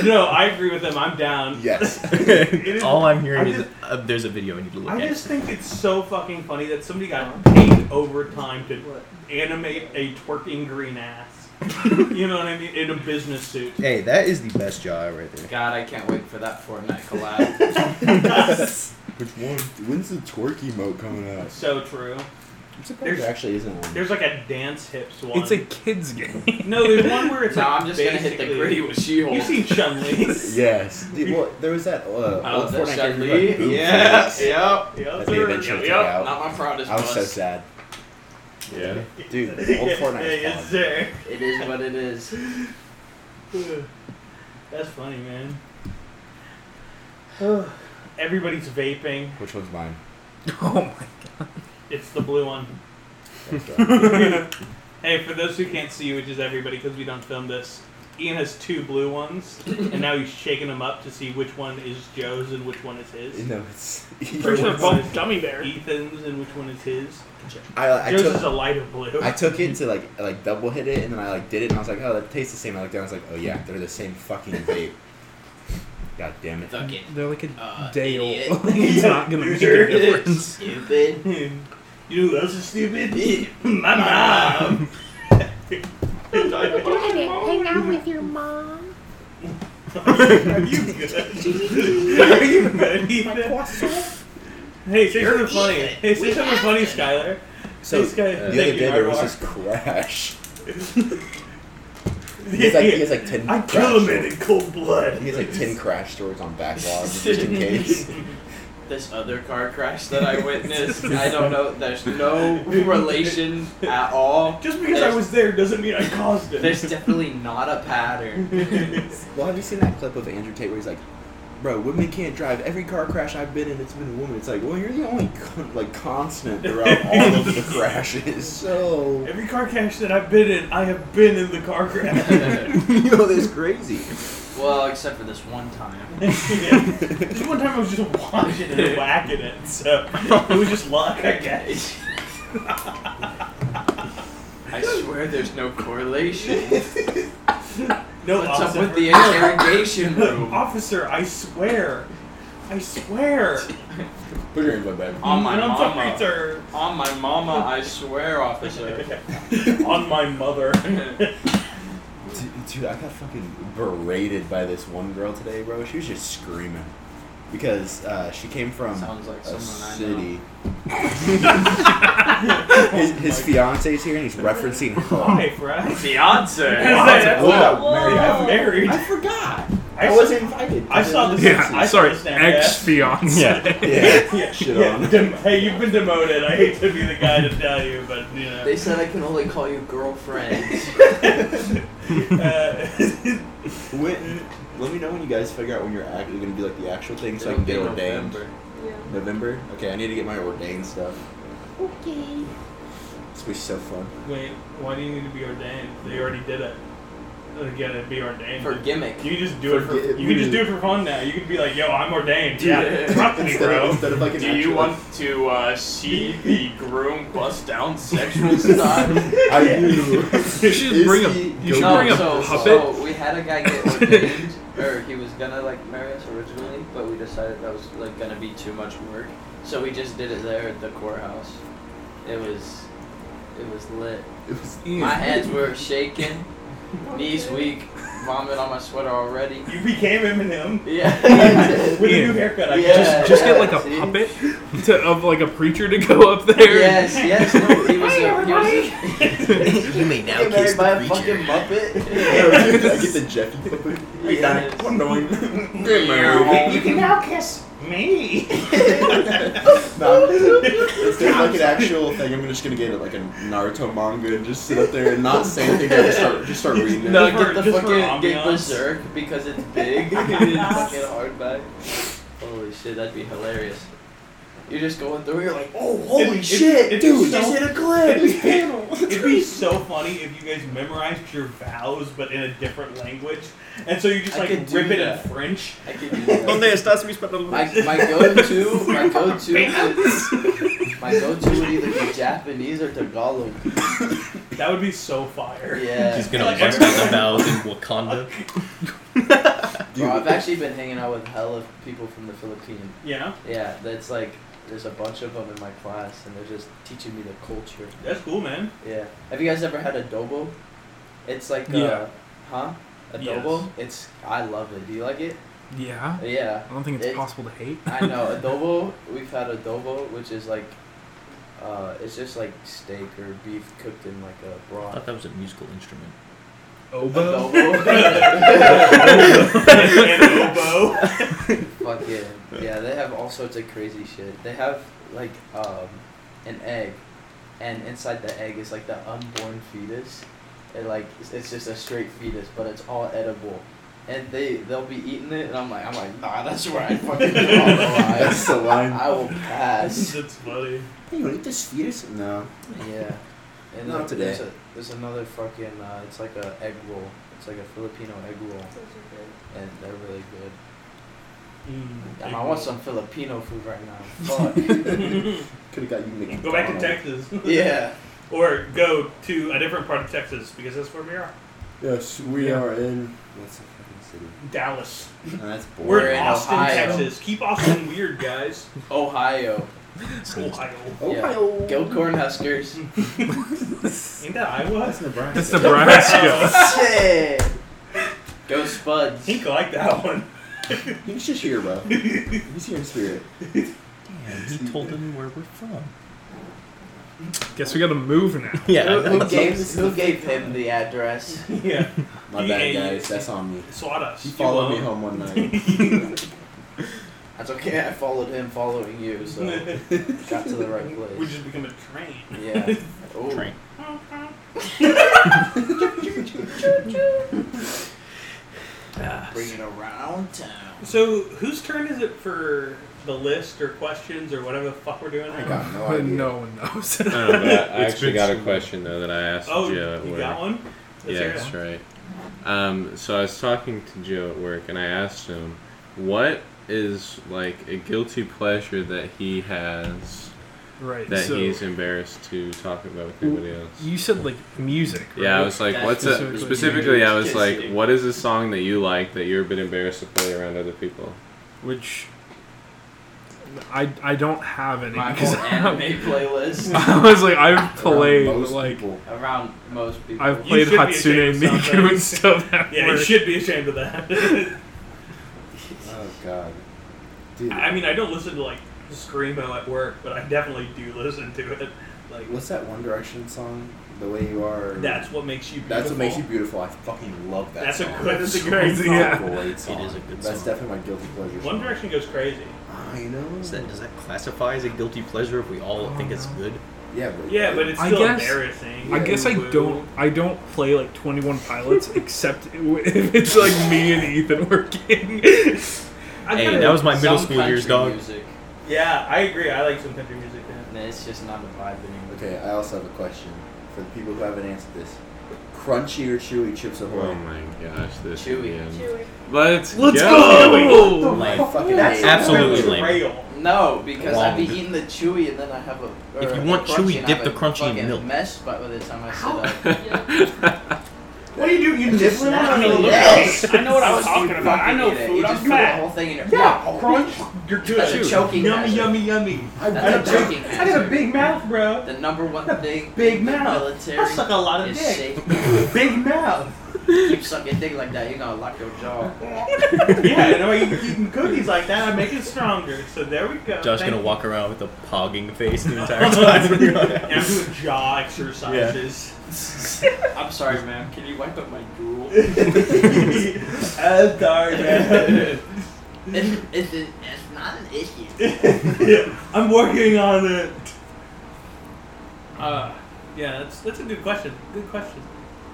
S1: no, I agree with them. I'm down.
S2: Yes.
S1: It is-
S7: All I'm hearing
S1: I
S7: is
S1: just-
S7: uh, there's a video I need to look
S1: I
S7: at.
S1: just think it's so fucking funny that somebody got paid overtime to animate a twerking green ass. you know what I mean? In a business suit.
S6: Hey, that is the best job right there.
S5: God, I can't wait for that Fortnite collab.
S2: Which one? When's the twerky moat coming out?
S1: So true.
S2: I'm
S1: There's-
S2: surprised there actually isn't one.
S1: There's like a dance hips one.
S3: It's a kids game.
S1: no. There's one where it's
S5: no,
S1: like
S5: I'm just gonna hit the
S1: basically-
S5: gritty with She-Hulk.
S1: You've seen Chun Li.
S2: Yes. Dude, well, there was that uh,
S5: Oh,
S2: old
S5: the
S2: Fortnite character
S5: Chun-Li?
S2: like, Boob
S5: Yeah,
S2: Face
S5: yep.
S2: That they eventually took out.
S5: Not my proudest
S2: I was so
S5: bust.
S2: sad.
S9: Yeah.
S2: Dude, old
S1: Yeah, yes,
S2: Fortnite.
S1: sir.
S5: It is what it is.
S1: That's funny, man. Everybody's vaping.
S2: Which one's mine?
S3: Oh my.
S1: It's the blue one.
S2: That's right.
S1: Hey, for those who can't see, which is everybody because we don't film this, Ian has two blue ones, and now he's shaking them up to see which one is Joe's and which one is his.
S2: no, it's.
S8: First of all,
S1: one.
S8: gummy bear.
S1: Ethan's and which one is his.
S2: I, I
S1: Joe's
S2: took
S1: is a lighter blue.
S2: I took it to like I, like double hit it and then I like did it and I was like, oh, that tastes the same. I looked down, I was like, oh yeah, they're the same fucking vape. God damn it.
S5: Fucking
S3: They're like a
S5: Uh,
S3: day
S5: idiot.
S3: old. it's not gonna make a difference.
S5: stupid.
S1: you know who else is stupid?
S5: Bitch.
S1: My mom.
S8: Hang out with your mom.
S1: Are you good? Are you good, Ethan? Hey, say something funny. Hey, say something funny, Skylar.
S2: So
S1: This guy-
S2: the other
S1: thank
S2: day
S1: you,
S2: there was
S1: Iraq.
S2: this crash. He has like, he has like ten.
S1: I
S2: crash
S1: killed him
S2: stories.
S1: in cold blood.
S2: He has like ten crash stories on backlog just in case.
S5: This other car crash that I witnessed, I don't know. There's no relation at all.
S1: Just because I was there doesn't mean I caused it.
S5: There's definitely not a pattern.
S2: Well, have you seen that clip of Andrew Tate where he's like, "Bro, women can't drive. Every car crash I've been in, it's been a woman." It's like, well, you're the only con- like constant throughout all of the crashes. So
S1: Every car crash that I've been in, I have been in the car crash.
S2: you know that's crazy.
S5: well, except for this one time.
S1: Yeah. Just one time I was just watching it and whacking it, so it was just luck, I guess.
S5: I swear there's no correlation.
S1: No,
S5: What's up
S1: officer,
S5: with the interrogation room?
S1: officer? I swear, I swear.
S2: Put your hands on back.
S5: On my
S1: And I'm sorry,
S5: mama.
S1: sir.
S5: On my mama, I swear, officer.
S1: On my mother.
S2: Dude, dude, I got fucking berated by this one girl today, bro. She was just screaming because uh, she came from
S5: Sounds like
S2: a
S5: someone I
S2: city. his his fiance is here and he's referencing her.
S1: Wife, right?
S5: Fiance.
S1: That's-
S2: Whoa.
S1: that's-
S2: Whoa.
S1: married. I'm married.
S2: I forgot.
S1: I
S2: I
S1: saw-
S2: wasn't invited.
S1: I saw this.
S3: Yeah,
S1: I saw
S3: sorry,
S1: this Snapchat.
S3: ex fiance.
S6: Yeah.
S2: Yeah.
S1: Yeah,
S2: Shit
S1: yeah,
S2: on.
S1: dem- hey, you've been demoted. I hate to be the guy to tell you, but you know.
S5: They said I can only call you girlfriend.
S1: Uh,
S2: When, let me know when you guys figure out when you're actually going to do like the actual thing so I can get
S5: It'll be
S2: ordained.
S5: November.
S8: Yeah.
S2: November? Okay, I need to get my ordained stuff.
S8: Okay.
S2: This would be so fun.
S1: Wait, why do you need to be ordained? They already did it. Again, it'd be ordained.
S5: For gimmick.
S1: you can just do it for
S2: Forget-
S1: you can just do it for fun now. You can be like, yo, I'm ordained. Yeah,
S5: Yeah.
S1: fuck me,
S2: Instead of,
S1: bro.
S2: instead of like an
S4: Do you
S2: actual-
S4: want to uh, see the groom bust down sexual
S5: Sexual side.
S2: I do.
S3: You should
S2: Is
S3: bring a-
S2: he
S3: you
S2: going-
S3: should
S5: no,
S3: bring a
S5: so,
S3: puppet?
S5: so we had a guy get ordained, or he was gonna like marry us originally, but we decided that was like gonna be too much work, so we just did it there at the courthouse. It was, it was lit.
S2: It was-
S5: My hands were shaking, knees weak, vomit on my sweater already.
S1: You became Eminem
S5: Yeah.
S1: with a new
S3: Yeah.
S1: haircut. I
S5: Yeah.
S1: guess.
S3: Just, just get like a
S5: See?
S3: puppet to, of like a preacher to go up there.
S5: yes, yes. No, he was. A, he was. A,
S7: you may
S5: get married by a fucking muppet.
S2: I get the Jeffy puppet.
S5: Yes.
S2: I'm knowing.
S8: You can now kiss
S1: me.
S2: No, if there's like an actual thing, I'm just gonna get it like a Naruto manga and just sit up there and not say anything. Just start, just start reading it.
S5: No,
S1: Just for-
S5: get the
S1: just for
S5: fucking get
S1: ambiance.
S5: berserk because it's big. and it's fucking hardback. Holy shit, that'd be hilarious. You're just going through. You're like, oh, holy
S1: It- it-
S5: shit,
S1: it's
S5: dude,
S1: so-
S5: just hit a clip.
S1: It'd be so funny if you guys memorized your vows but in a different language, and so you just
S5: I
S1: like
S5: could do
S1: rip it
S5: that.
S1: in French.
S5: I can do that.
S7: estás mis pantalones?
S5: My, my go-to, my go-to, is, my go-to would either be Japanese or Tagalog.
S1: That would be so fire.
S5: Yeah.
S7: He's gonna bust out the vows in Wakanda.
S2: Dude,
S5: Bro, I've actually been hanging out with hella people from the Philippines.
S1: Yeah,
S5: Yeah, that's like, there's a bunch of them in my class, and they're just teaching me the culture.
S1: that's cool, man.
S5: Yeah. Have you guys ever had adobo? It's like uh,
S3: Yeah.
S5: huh?
S1: Yes.
S5: Adobo? It's I love it. Do you like it?
S3: Yeah.
S5: Yeah.
S3: I don't think it's
S5: It-
S3: possible to hate.
S5: I know. adobo we've had adobo which is like uh it's just like steak or beef cooked in like a
S7: I
S5: broth.
S7: thought that was a musical instrument.
S3: Oboe.
S5: Adobo.
S1: and oboe.
S5: Fuck yeah. Yeah, they have all sorts of crazy shit. They have like um an egg and inside the egg is like the unborn fetus. It like it's- it's just a straight fetus, but it's all edible. And they they'll be eating it and I'm like I'm like, nah, that's where I fucking draw the line.
S2: That's the line.
S5: I will pass.
S1: That's funny.
S2: Hey, you wanna eat this fetus? No.
S5: Yeah. And
S2: Not
S5: then
S2: today.
S5: There's, a, there's another fucking uh, it's like a egg roll. It's like a Filipino egg roll. And they're really good. Damn, Mm. I want some Filipino food right now. Fuck.
S2: Could have got you McDonald's.
S1: Go back to Texas.
S5: yeah.
S1: Or go to a different part of Texas because that's where we are.
S2: Yes, we
S3: Yeah.
S2: are in. What's the fucking city?
S1: Dallas.
S2: No, that's
S1: We're,
S5: We're
S1: in
S5: in
S1: Austin,
S5: Ohio.
S1: Texas. Keep Austin weird, guys.
S5: Ohio.
S1: Ohio.
S2: Oh, Ohio.
S5: Go
S7: Mm-hmm.
S5: Cornhuskers.
S1: Ain't that Iowa?
S2: That's Nebraska.
S3: That's Nebraska.
S5: Shit. Go Spuds.
S1: Pink like that one.
S2: He's just here, bro. He's here in spirit.
S7: Damn, he told him where we're from.
S3: Guess we gotta move now.
S7: Yeah.
S8: Who gave, who gave him the address?
S1: Yeah.
S2: My
S1: You-
S2: bad,
S1: hey,
S2: guys. That's on me.
S1: Swat us.
S2: He
S1: You
S2: followed me
S1: won't.
S2: home one night.
S8: That's okay. I followed him following you, so got to the right
S1: we
S8: place.
S1: just become a train.
S8: Yeah. Oh.
S7: Train.
S8: Bring it around town.
S1: So whose turn is it for the list or questions or whatever the fuck we're doing?
S2: I
S1: now?
S2: got no idea.
S3: no one knows.
S9: I don't know, but I, I
S6: It's
S9: actually
S6: been
S9: got
S6: so
S9: a
S6: long.
S9: question though that I asked
S1: Oh,
S9: Joe at
S1: you
S9: work.
S1: got one? Let's
S9: yeah,
S1: hear it.
S9: that's right. Um, so I was talking to Joe at work, and I asked him, "What is like a guilty pleasure that he has
S3: right.
S9: that
S3: so
S9: he's embarrassed to talk about with anybody else?"
S3: you said like music. Right?
S9: Yeah, I was like,
S5: That's
S9: "What's a
S3: specifically-
S9: specifically?" I was like,
S5: Kissing.
S9: "What is a song that you like that you're a bit embarrassed to play around other people?"
S3: which I I don't have any
S5: My
S3: because
S5: whole anime playlist
S3: I was like I've
S2: Around
S3: played
S2: most
S3: like
S2: people.
S5: around most people.
S3: I've
S1: You
S3: played
S1: should be ashamed of
S3: Hatsune Miku
S1: something.
S3: and stuff. At
S1: Yeah, you
S3: work.
S1: should be ashamed of that.
S2: Oh god, dude.
S1: I mean, I don't listen to like screamo at work, but I definitely do listen to it. Like
S2: what's that One Direction song? The way you are.
S1: that's what makes you. Beautiful.
S2: That's what makes you beautiful. I fucking love that.
S1: That's a
S2: song.
S1: good- that's a
S2: It's
S1: great
S2: so
S3: song. Yeah.
S2: great song.
S7: It is a good
S2: That's
S7: song.
S2: definitely my guilty pleasure.
S1: One
S2: song.
S1: Direction goes crazy.
S2: I know.
S7: Does that, does that classify as a guilty pleasure if we all
S3: Oh,
S7: think it's
S3: no.
S7: good?
S2: Yeah, but
S1: Yeah, but it's
S3: I
S1: still
S3: guess-
S1: embarrassing.
S3: I guess I
S1: Woo.
S3: don't. I don't play like Twenty One Pilots except if it's like me and Ethan
S1: I
S3: working.
S7: Hey,
S1: kinda-
S7: that was my middle
S5: Some
S7: school years, dog.
S5: country Music,
S1: Yeah, I agree. I like some country music. Yeah.
S5: and it's just not a vibe anymore.
S2: Okay, I also have a question for the people who haven't answered this. Crunchy or chewy chips ahoy?
S9: Oh my gosh, this
S5: Chewy.
S9: again. Let's go!
S7: Like,
S2: fucking
S8: That's-
S2: hate it.
S7: absolutely
S1: Rail.
S7: lame.
S5: No, because I'd be
S7: Wrong.
S5: eating the chewy and then I have a. or
S7: If you
S5: the
S7: want chewy,
S5: crunchy and
S7: dip
S5: I have
S7: the
S5: a
S7: crunchy in
S5: fucking
S7: milk.
S5: Mess by the time I sit up.
S1: What do you do? You nibble it
S8: not
S1: on
S8: really
S1: the
S8: yes.
S1: I know what I'm
S5: You
S1: talking about. I
S5: fucking
S1: know
S5: eat it.
S1: food.
S5: You
S1: I'm
S5: just threw the
S1: fat.
S5: whole thing in your
S1: Yeah, crunch. You're
S5: That's
S1: good.
S5: a choking
S1: Yummy,
S5: hazard.
S1: yummy, yummy.
S2: I
S1: I
S5: That's a
S1: got a
S5: choking
S1: I got a
S5: hazard.
S1: big mouth, bro.
S5: The number one thing
S1: Big
S5: in the
S1: mouth.
S5: military
S1: I suck a lot of
S5: is
S1: dick.
S5: shaking.
S1: Big mouth.
S5: Keep sucking dick like that, you're gonna lock your jaw.
S1: yeah, and I'm eating- eating cookies like that. I make it stronger. So there we go.
S7: Josh
S1: Thank
S7: gonna
S1: you.
S7: walk around with a pogging face the entire time.
S1: And I'm doing jaw exercises.
S5: I'm sorry, ma'am. Can you wipe up my drool?
S1: I'm Uh, sorry, man.
S5: it's, it's, it's not an issue.
S1: I'm working on it. Uh, yeah, that's that's a good question. Good question.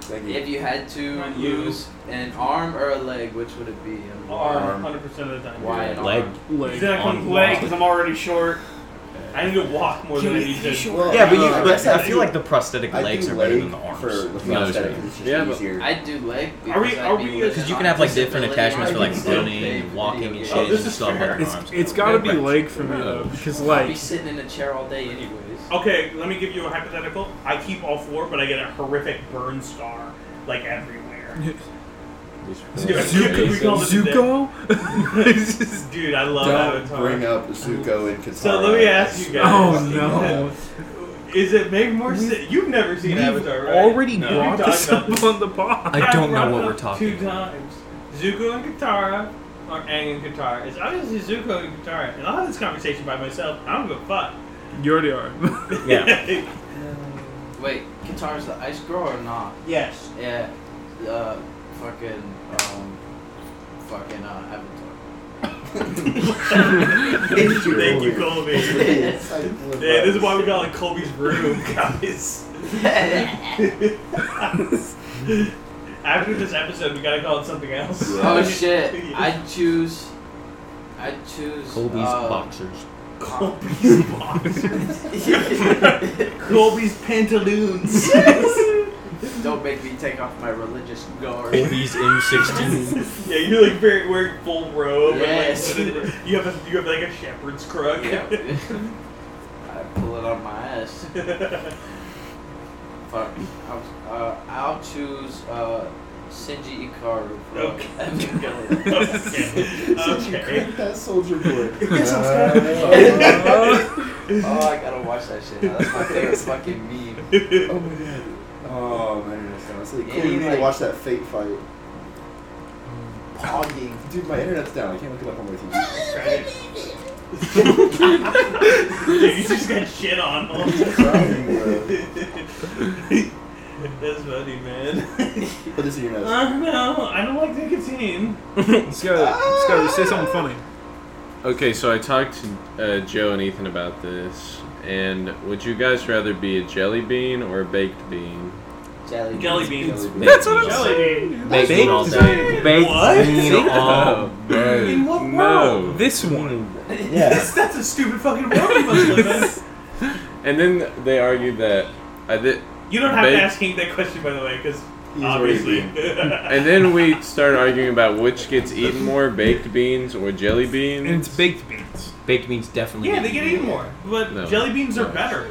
S2: Thank you.
S5: If you had to
S1: Not you.
S5: lose an arm or a leg, which would it be? And
S1: Arm, hundred percent of the time.
S5: Why an
S7: Leg.
S5: arm?
S1: He's not
S3: like,
S1: gonna
S7: on
S1: play
S7: walk.
S1: because I'm already short. I need to walk more than I need to.
S2: Well,
S7: Yeah, but you,
S1: Uh,
S2: I
S7: but
S2: guess
S7: I feel like the prosthetic
S2: I
S7: legs
S2: do
S7: are better
S2: leg
S7: than the arms.
S2: For the
S9: No, it's
S2: prosthetic,
S9: right.
S2: it's just
S9: Yeah, but-
S2: easier.
S5: I'd do leg.
S1: Are we-
S5: because I'd
S1: are
S5: be
S1: we-
S5: with
S1: 'cause
S5: an
S7: you can have, like, different
S5: disability.
S7: attachments
S1: for, like,
S5: I'd be
S7: running,
S5: still big,
S7: walking and
S5: video
S7: shit,
S1: Oh,
S5: games.
S1: this
S7: and
S1: is
S7: stuff
S1: fair.
S7: like
S3: it's,
S7: that. arms.
S3: it's gotta be
S7: Right.
S3: leg for me though, because like
S5: I'd be sitting in a chair all day anyways.
S1: Okay, let me give you a hypothetical. I keep all four, but I get a horrific burn scar like everywhere.
S9: These-
S1: call this a day?
S3: Zuko. It's just-
S1: Dude, I love
S2: Don't
S1: Avatar.
S2: bring up Zuko and Katara.
S1: so let me ask you guys.
S3: oh no!
S1: Is it make more sense? You've never seen
S3: We've
S1: Avatar, right?
S3: already
S1: No.
S3: brought
S1: We've talked
S3: this
S1: about
S3: up
S1: this.
S3: on the pod.
S7: I don't know
S1: brought
S7: what
S1: it
S7: we're
S1: up
S7: talking
S1: Two
S7: about.
S1: times. Zuko and Katara, or Aang and Katara. It's obviously Zuko and Katara, and I'll have this conversation by myself. I don't give a fuck.
S3: You already are.
S7: Yeah.
S5: Wait, Katara's the ice girl or not?
S1: yes.
S5: Yeah. Uh, fucking, um, fucking, uh,
S1: Thank you, Colby. yeah,
S2: It's like-
S1: this is why we call it Colby's room, guys.
S5: Avatar.
S1: After this episode, we gotta call it something else.
S5: oh shit, I'd choose, I'd choose,
S7: Colby's
S5: uh,
S7: boxers.
S1: Colby's boxers. Colby's pantaloons.
S5: Don't make me take off my religious guard.
S7: Colby's M16.
S1: yeah, you're like very wearing full robe.
S5: Yes.
S1: And like, you have a, you have like a shepherd's crook.
S5: Yeah. I pull it on my ass. Fuck. I'll, uh, I'll choose uh, Shinji Ikaru. for
S1: Okay.
S5: Evangelion.
S1: okay.
S2: Such a
S1: okay.
S2: great ass soldier boy.
S5: oh, I gotta watch that shit. Now. That's my favorite fucking meme.
S2: Oh my god. Oh my internet's down. It's like, cool,
S5: Yeah,
S2: you need to
S5: like-
S2: watch that fate fight.
S5: Pogging.
S2: Dude, my internet's down. I can't look it up on my TV.
S1: Dude, you just got shit on all the time. That's funny, man.
S2: Put this in your nose.
S1: Uh, no, I don't like nicotine.
S3: Let's go. Let's go. Say something funny.
S9: Okay, so I talked to uh, Joe and Ethan about this, and would you guys rather be a jelly bean or a baked bean?
S5: Jelly,
S1: Jelly beans.
S3: That's what I'm
S1: Jelly bean.
S7: Baked bean all day.
S1: Baked What? bean
S9: all
S1: In what world?
S9: Um,
S7: Oh.
S9: No.
S3: This one.
S1: That's, that's a stupid fucking world we must live
S9: And then they argued that I did.
S1: in. You don't have
S9: Baked-
S1: to ask Hank that question, by the way, because
S2: He's already
S1: obviously.
S9: And then we started arguing about which gets eaten more, baked beans or jelly
S3: And
S9: beans.
S3: it's baked beans.
S7: Baked beans definitely.
S1: yeah, they get eaten more, but
S9: No.
S1: jelly beans are
S9: No.
S1: better.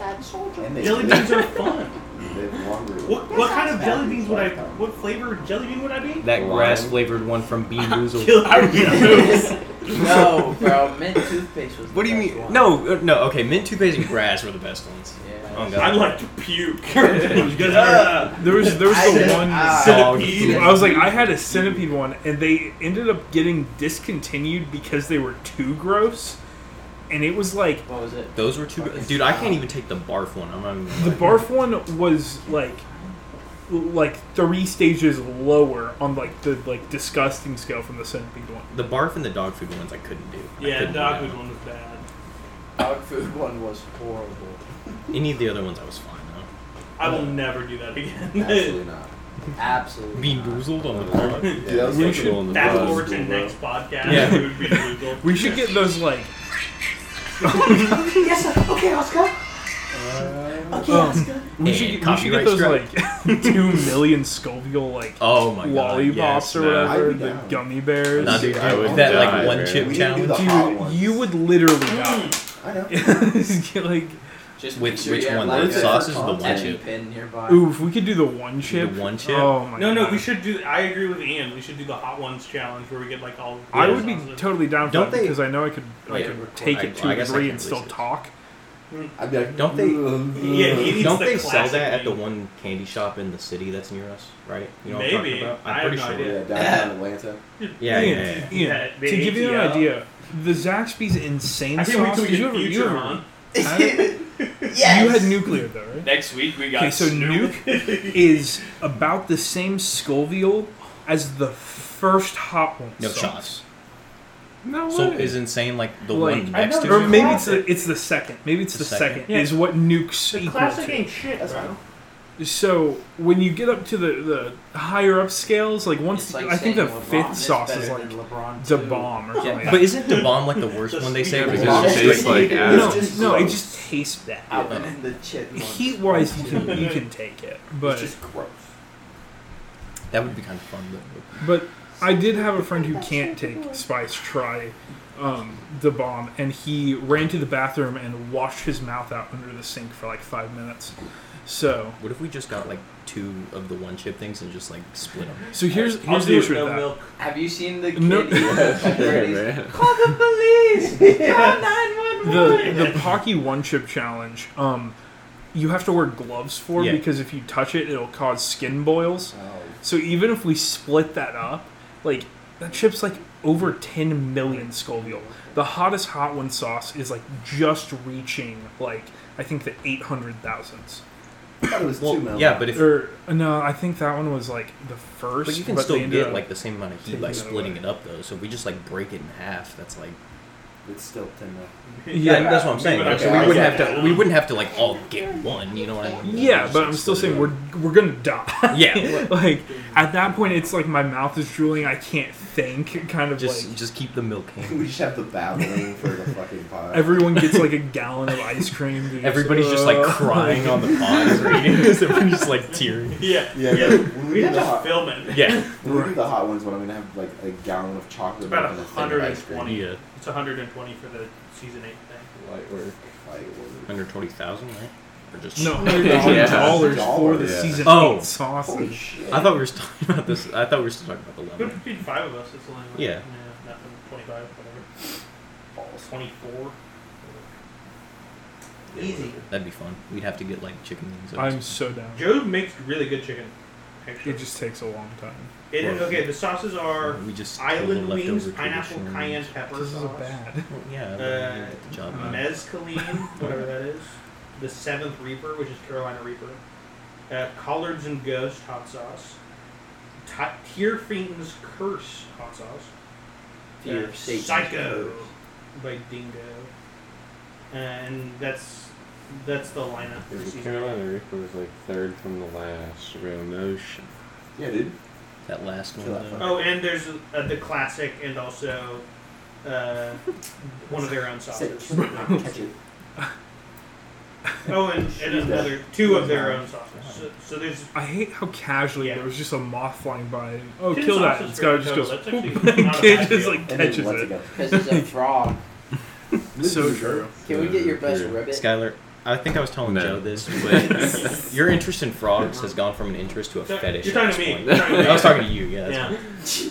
S5: And they
S1: Jelly
S5: live-
S1: beans are fun.
S5: they live longer.
S1: What, what kind of
S5: sounds
S1: jelly
S5: bad.
S1: beans would I? What flavor of jelly bean would I be?
S7: That grass flavored one from Bean Boozled.
S1: Kill I
S5: no, bro. Mint toothpaste was. the
S7: What do you
S5: best
S7: mean?
S5: one.
S7: No, uh, no. Okay, mint toothpaste and grass were the best ones.
S5: Yeah.
S7: Oh
S1: I'd
S7: god.
S1: like to puke. you guys are
S3: There was there was the one.
S5: ah.
S1: centipede.
S3: I was like, I had a centipede one, and they ended up getting discontinued because they were too gross, and it was like
S5: What was it?
S7: Those were two. Dude, I can't even take the barf one. I'm not even. Gonna
S3: the
S7: lie.
S3: barf one was like like three stages lower on like the like disgusting scale from the centipede one.
S7: The barf and the dog food ones I couldn't do. I
S1: Yeah,
S7: couldn't do
S1: dog
S7: that
S1: food
S7: one.
S1: one was bad.
S5: Dog food one was horrible.
S7: Any of the other ones I was fine though.
S1: I will never do that again.
S2: Absolutely not.
S5: Absolutely.
S7: Bean
S5: not.
S7: boozled on the
S9: Yeah,
S7: barf.
S9: that's
S3: we
S9: the
S3: should-
S9: one
S1: That's
S9: that
S1: forward
S9: was
S1: to
S9: cool,
S1: next podcast.
S7: Yeah.
S1: It would be legal.
S3: We should get those like
S5: Yes, sir. Okay, Oscar. Okay,
S3: Um,
S5: Oscar.
S3: we should get,
S7: And
S3: we should get
S7: copyright
S3: those
S7: strike.
S3: like two million Scoville like
S7: Oh my god.
S3: lollipops
S7: yes,
S3: or
S7: no.
S2: I'd
S3: whatever,
S2: be
S3: the
S2: down.
S3: gummy bears.
S7: Nah, dude,
S2: Dude, I
S7: dude,
S2: would
S7: that
S9: die,
S7: like one
S9: man.
S7: chip
S2: We didn't do
S7: challenge.
S2: the hot
S3: Dude,
S2: ones.
S3: you would literally die.
S2: I know.
S3: Get, like,
S5: Just
S7: Which-
S5: make sure
S7: which
S5: you have,
S7: one?
S5: like,
S7: The
S5: a
S7: sauces or the
S5: tattoo
S7: one chip?
S5: Pin nearby.
S3: ooh, if we could do the one chip.
S7: one chip?
S3: Oh my
S1: No, no,
S3: God.
S1: we should do. I agree with Ian. We should do the hot ones challenge where we get like all. the
S3: I would be
S1: sauces.
S3: totally down for
S7: Don't
S3: that
S7: they-
S3: because I know I could I
S7: Yeah,
S3: could
S7: record-
S3: take
S7: I-
S3: it
S7: I
S3: to a
S7: guess I
S3: degree
S7: can
S3: and
S7: at
S3: still
S7: least-
S3: talk.
S2: I'd be like,
S7: Don't they-
S1: Yeah, he needs
S7: Don't
S1: the
S7: they sell
S1: classic
S7: that at the
S1: bean.
S7: one candy shop in the city that's near us, right? You know what I'm talking
S1: Maybe.
S7: about?
S1: I have
S7: pretty
S1: no
S7: sure.
S1: idea.
S2: Yeah, downtown Atlanta.
S7: Yeah, yeah, yeah,
S3: Ian,
S7: yeah.
S3: Ian,
S1: Yeah, the
S3: to give you an
S1: ATL.
S3: idea, the Zaxby's insane
S1: I can't wait
S3: sauce.
S1: till we
S3: did you
S1: get
S3: ever,
S1: future
S3: you ever,
S1: on.
S3: had- You had nuclear though, right?
S10: Next week we got
S3: Okay, so
S10: Snoop.
S3: Nuke is about the same Scoville as the first hot one.
S7: No
S3: sauce.
S7: shots.
S3: No way.
S7: So is insane like the
S3: Like,
S7: one
S1: I
S7: next
S1: know,
S7: to
S3: or
S7: it?
S1: the
S3: maybe it's the,
S1: classic.
S3: it's the second. Maybe it's the,
S7: The
S3: second,
S7: second?
S1: Yeah.
S3: is what Nuke's
S1: The
S3: equal
S1: classic
S3: to.
S1: ain't shit,
S5: That's
S1: bro.
S3: So when you get up to the, the higher up scales, like once
S5: It's like
S3: I think the
S5: saying LeBron
S3: fifth sauce
S5: better
S3: is like
S5: than LeBron
S3: the
S5: too.
S3: bomb or something.
S7: Yeah,
S3: like
S7: but
S3: that.
S7: isn't the bomb like the worst one they say?
S1: Yeah,
S9: because
S7: it's
S9: it tastes
S7: straight-
S9: like
S2: It's
S3: no,
S9: ass.
S2: just
S3: no, it
S2: gross.
S3: just tastes bad.
S5: Alvin and the Chipmunks.
S3: Heat wise, you can you can take it,
S5: It's
S3: but
S5: just gross.
S7: That would be kind of fun. Though.
S3: But I did have a friend who can't take spice try um, the bomb, and he ran to the bathroom and washed his mouth out under the sink for like five minutes. So,
S7: What if we just got like two of the one chip things and just like split them?
S3: so here's
S1: I'll
S3: here's
S1: do
S3: the
S1: it
S3: issue
S1: no
S3: with that.
S1: milk.
S5: Have you seen the kid?
S3: No-
S5: eat the
S9: Yeah,
S5: cookies?
S9: man.
S5: Call the police! Call 911!
S3: The the Pocky One Chip Challenge. Um, you have to wear gloves for
S7: Yeah.
S3: because if you touch it, it'll cause skin boils.
S2: Oh,
S3: So even if we split that up, like that chip's like over 10 million Scoville. The hottest hot one sauce is like just reaching like I think the 800,000s.
S2: I thought it was two
S7: Well,
S2: mil.
S7: yeah, but if
S3: Or no, I think that one was like the first.
S7: but you can
S3: they
S7: still
S3: ended
S7: get
S3: up-
S7: like the same amount of heat
S3: taking
S7: by
S3: it
S7: splitting
S3: away.
S7: it up though. So if we just like break it in half, that's like
S2: it's still ten mil.
S7: yeah,
S3: yeah.
S7: that's what I'm saying.
S1: Okay,
S7: so we
S2: I
S7: wouldn't
S1: get
S7: have
S1: it.
S7: to we wouldn't have to like all get one. You know what I mean?
S3: Yeah,
S7: Just,
S3: but
S7: like,
S3: I'm still
S7: split it
S3: saying
S7: up.
S3: we're we're gonna die.
S7: Yeah.
S3: like at that point, it's like my mouth is drooling. I can't think. Kind of
S7: just
S3: like
S7: just keep the milk handy.
S2: We just have the battling for the fucking pot.
S3: everyone gets like a gallon of ice cream. They're
S7: Everybody's just like
S3: "Uh."
S7: crying on the pod as we're eating this, and we're just like tearing.
S1: Yeah,
S2: yeah,
S1: yeah.
S2: yeah. When we
S1: We
S2: do
S1: have
S2: the
S1: to
S2: hot,
S1: film it.
S7: Yeah.
S2: when we do the hot ones, when I'm gonna have like a gallon of chocolate.
S1: It's about
S2: milk and thing of ice cream.
S1: 120.
S7: Yeah.
S1: It's 120 for the season eight thing.
S9: Light work.
S2: Like, what-
S7: Under twenty thousand, right? Or just
S3: No, hundred dollars for the
S9: Yeah.
S3: season
S7: Oh.
S3: eight sauce.
S2: Holy shit!
S7: I thought we were still talking about this. I thought we were still talking about the
S1: But
S7: lemon.
S1: between five of us, it's only like,
S7: Yeah.
S1: nothing. 25, whatever.
S2: Balls.
S1: 24.
S5: Easy.
S7: That'd be fun. We'd have to get like chicken wings.
S3: I'm so down.
S1: Joe makes really good chicken.
S3: It
S11: picture.
S3: just takes a long time.
S11: It, okay, the sauces are
S7: We just
S11: island
S7: um, leftover
S11: wings,
S7: traditional-
S11: pineapple, cayenne pepper
S3: This is a
S11: sauce,
S3: bad.
S7: Yeah.
S11: uh,
S7: good job.
S11: mezcaline, whatever that is, the seventh reaper, which is Carolina reaper, uh, collards and ghost hot sauce, Ta- Tear Fiend's curse hot sauce,
S8: Fear
S11: uh,
S8: of Satan's
S11: Psycho
S8: curse.
S11: by Dingo, and that's that's the lineup for
S9: The
S11: season. eight.
S9: Carolina Reaper was like third from the last. Real no shit.
S2: Yeah, dude.
S7: That last one.
S2: Kill that
S7: though.
S2: fucker.
S11: Oh, and there's uh, the classic, and also uh, one of their own sauces.
S8: Catch it.
S11: oh, and, and another two of their own sauces. So, so there's
S3: I hate how casually
S11: Yeah.
S3: there was just a moth flying by. Oh,
S11: Tin
S3: kill that!
S11: sauce is
S3: This guy
S11: pretty
S3: just
S11: dope.
S3: goes.
S11: That's actually
S3: whoop,
S11: not a bad
S3: and just
S11: deal.
S3: like
S2: And then
S3: catches
S2: lets
S3: it.
S2: it go.
S8: Because he's a frog.
S3: So true.
S8: Can we get your best ribbit?
S7: Skylar, I think I was telling
S9: No.
S7: Joe this, but your interest in frogs has gone from an interest to a
S11: You're
S7: fetish.
S11: talking
S7: at
S11: to
S7: this
S11: me.
S7: point.
S11: You're talking to me.
S7: I was talking to you. Yeah. That's
S11: yeah.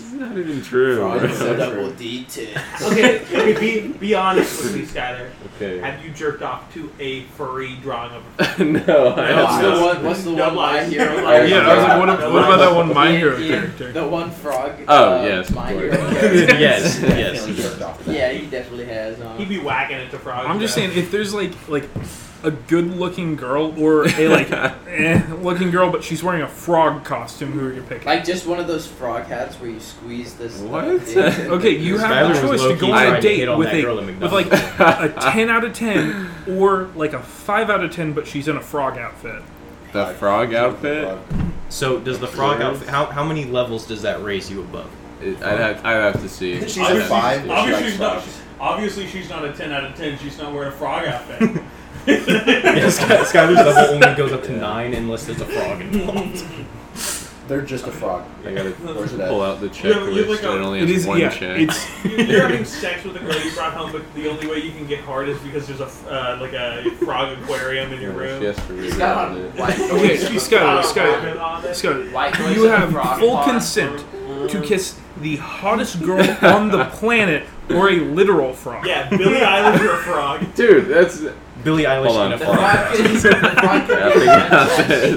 S9: It's not even true.
S8: Frog
S9: bro.
S8: is a double D tits.
S11: Okay, okay. Be be honest with me, Skyler.
S9: Okay.
S11: Have you jerked off to a furry drawing of a?
S8: No,
S9: no, I
S8: what's
S9: have
S8: the
S9: not.
S8: one? What's the
S11: No
S8: one My
S11: lies.
S8: Hero?
S11: No
S8: My
S11: lies.
S3: Yeah, I was like, what, ab- what about that one My
S8: Ian-
S3: Hero
S8: Ian,
S3: character?
S8: The one frog.
S9: Oh,
S8: uh,
S9: yes, of
S8: My
S9: course.
S8: Hero. character.
S7: yes. Yes.
S2: Definitely jerked off to that.
S8: Yeah, he definitely has. Um,
S11: He'd be whacking at the frog.
S3: I'm just saying, if there's like like a good-looking girl or a like eh, looking girl, but she's wearing a frog costume, who are you picking?
S8: like just one of those frog hats where you squeeze this.
S9: What?
S3: Okay, you have
S7: Skylar
S3: the
S7: was
S3: choice to
S7: low-key
S3: go on
S7: trying
S3: a
S7: to
S3: date
S7: hit on
S3: with
S7: that
S3: a
S7: girl at
S3: with like
S7: McDonald's.
S3: a ten out of ten or like a five out of ten, but she's in a frog outfit.
S9: The frog outfit?
S2: Frog.
S7: So does the frog
S9: Yes.
S7: outfit? How, how many levels does that raise you above?
S9: It- I'd have, I'd have to see.
S2: She's
S9: I'd
S2: a
S9: have
S2: five.
S9: to see.
S2: Obvious-
S1: Obviously, she's not, obviously, she's not a 10 out of 10. She's not wearing a frog outfit.
S7: Yeah, Sky, Skylar's level only goes up to nine unless there's a frog involved.
S2: They're just a frog.
S9: I gotta
S2: Where's it
S9: pull
S2: at?
S9: out the
S1: You have- you have
S9: checklist.
S1: like a-
S9: it only
S3: It
S9: has
S3: is
S9: one
S3: yeah.
S9: check.
S3: It's
S1: You're having sex with a girl you brought home, but the only way you can get hard is because there's a f- uh, like a frog aquarium in your room.
S9: Yes, for real.
S8: He's got on white.
S3: okay.
S8: noise.
S3: Skylar, Skylar,
S1: Rocket on it.
S3: Skylar.
S8: White noise
S3: You
S8: and a
S3: have
S8: frog
S3: full
S8: car.
S3: consent to kiss the hottest girl on the planet or a literal frog.
S1: Yeah, Billy Eilish or a frog.
S9: Dude, that's.
S7: Billie Eilish
S9: Hold on.
S7: and a
S8: The
S7: frog.
S8: frog is- the frog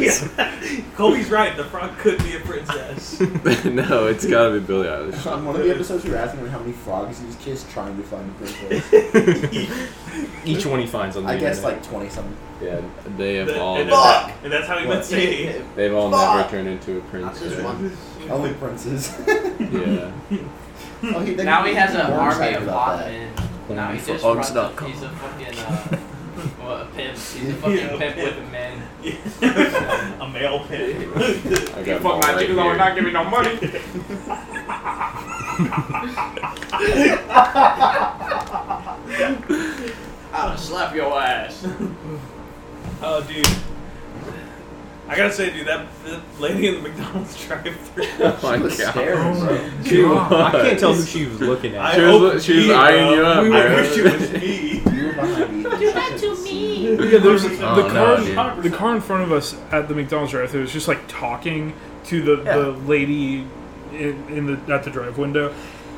S8: is-
S9: I think that's
S1: Colby's right. The frog could be a princess.
S9: it. no, it's gotta be Billie Eilish.
S2: On one of the episodes, we were asking him how many frogs he's kissed trying to find the princess.
S7: Each one he finds on the
S2: I guess
S7: internet.
S2: like 20 something.
S9: Yeah, they have
S1: That-
S9: all.
S1: and,
S9: never-
S1: that- and that's how he met
S2: What?
S1: Sadie.
S9: They've all never
S2: Fuck.
S9: turned into a princess.
S8: Just one.
S2: Only princes.
S9: Yeah.
S2: oh, he,
S5: Now he has an
S2: We're
S5: army
S2: excited
S5: of
S2: about
S5: hot
S2: that.
S5: men. Now
S7: Only
S5: he just
S7: frogs
S5: runs
S7: dot
S5: a-
S7: com.
S5: He's a fucking uh, what, a pimp. He's a fucking
S1: Yeah,
S5: pimp
S1: pimp.
S5: with a man.
S1: a male pig.
S9: I got one right here.
S3: giving no money.
S5: I'll slap your ass.
S1: Oh, dude. I gotta say, dude, that, that lady in the McDonald's drive-thru.
S9: Oh my
S2: She was
S9: god.
S2: staring, bro.
S7: Dude,
S3: God.
S7: I can't tell who she was looking at.
S1: I
S9: She was-
S1: hope
S9: she was
S1: me,
S9: eyeing
S1: bro.
S9: you up,
S1: I
S9: bro.
S1: wish it was me.
S2: You were behind me. You had to me.
S3: Yeah, there's the
S1: Oh,
S3: car.
S7: no,
S1: dude.
S3: the car in front of us at the McDonald's drive-thru was just like talking to the,
S7: Yeah.
S3: the lady in, in the at the drive window,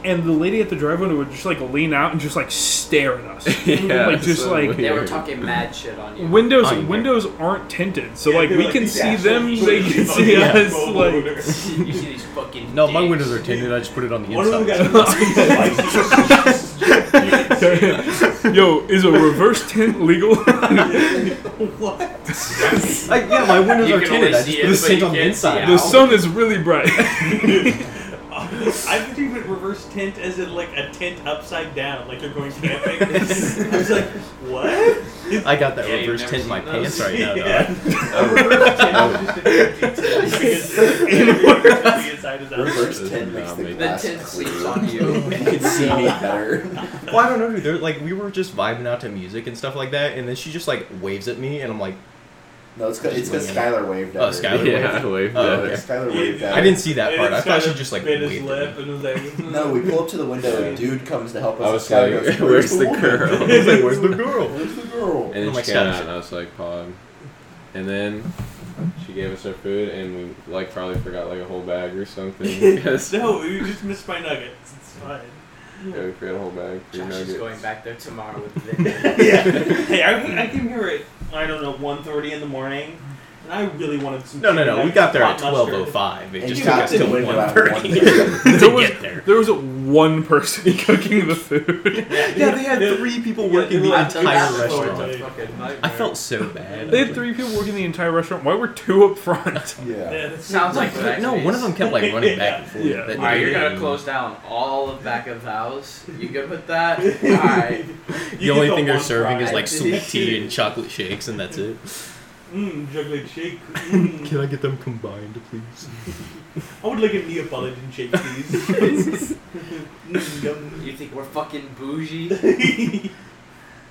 S3: and the lady at the drive window would just like lean out and just like stare at us.
S9: yeah,
S3: Like, just
S9: so
S3: like-
S9: weird.
S5: They were talking mad shit on you.
S3: Windows
S7: Oh, yeah.
S3: windows aren't tinted, so
S1: Yeah,
S3: like
S1: they're
S3: we
S1: like,
S3: can
S1: "These
S3: see
S1: assholes
S3: them,
S1: should
S3: they
S1: be
S3: can
S1: fucking
S3: see us.
S1: asshole
S3: Like,
S1: owners."
S5: you see these fucking.
S7: no, my
S5: dicks.
S7: windows are tinted. I just put it on the
S1: One of them
S7: inside.
S1: got a
S3: yo, is a reverse tint legal?
S1: What?
S7: Like, yeah, my windows
S5: You
S7: are
S5: can
S7: tinted.
S5: only
S7: I
S5: see
S7: just
S5: it,
S7: put the tint
S5: but you
S7: on the
S5: can't see
S7: inside.
S5: out.
S3: the sun is really bright.
S1: I think you put reverse tint as in like a tint upside down, like you're going camping. I was like, what?
S7: I got that
S5: Yeah, you've
S7: reverse tint
S5: never
S7: in my
S5: seen
S7: pants
S5: those.
S7: right now. dog.
S1: yeah. A reverse tint is just a dirty tint. The inside is out.
S2: Reverse
S9: This
S2: tent
S9: is
S2: makes
S9: not
S2: the
S9: me.
S5: The
S2: glass
S5: tin sleeps
S2: clear.
S5: on you.
S2: You can see me better.
S7: Well, I don't know, dude. They're, like, we were just vibing out to music and stuff like that, and then she just like waves at me, and I'm like,
S2: No, it's because
S7: Just
S2: Skylar waved at
S7: Oh,
S2: her.
S7: Skylar
S9: Yeah, I waved
S7: Oh,
S9: at
S2: Yeah,
S9: her.
S7: okay.
S2: Skylar waved at
S7: I
S2: her.
S7: didn't see that
S1: And
S7: part.
S1: it's
S7: I thought she
S1: kinda
S7: just like
S1: bit
S7: waved.
S1: his lip
S7: at me.
S1: and was like,
S2: No, we pull up to the window and a dude comes to help us.
S9: I was
S2: and Skylar
S9: like,
S2: goes,
S9: where's the
S2: woman?
S9: girl?
S7: I was like, "Where's the girl?"
S2: Where's the girl?
S9: And
S7: I'm
S9: then
S7: like,
S9: she came
S7: "Stop."
S9: out, and I was like, "Pog." And then she gave us our food, and we like probably forgot like a whole bag or something. because yeah,
S1: no, you just missed my nuggets. It's fine.
S9: we forgot a whole bag for your
S5: Josh is
S9: nuggets.
S5: going back there tomorrow with Vin.
S1: yeah. Hey, I, I came here at I don't know 1.30 in the morning, And I really wanted some.
S7: No, no,
S1: chicken
S7: no.
S1: that
S7: We got there at
S1: hot mustard.
S7: 12:05. It
S1: And
S7: just
S1: you
S7: took
S1: got
S7: us
S1: to
S7: till
S1: win about
S7: 1:30
S1: 1:30.
S7: to
S3: There was,
S7: get there.
S3: there was one person cooking the food.
S7: Yeah, they had three people working the entire restaurant. I felt so bad.
S3: They had three people working the entire restaurant. Why were two up front?
S5: Sounds like
S7: Like, no, one of them kept like running back and forth.
S3: Yeah.
S7: That
S5: All right, you're
S7: dude-
S8: Mm.
S5: gonna close down all of back of house. You good with that? All right.
S7: The only thing they're serving is
S5: fry.
S7: like sweet tea and chocolate shakes, and that's it.
S1: Mmm, chocolate shake. Mm.
S7: I get them combined, please?
S1: I would like a Neapolitan shake, please. Mm, yum.
S5: You think we're fucking bougie?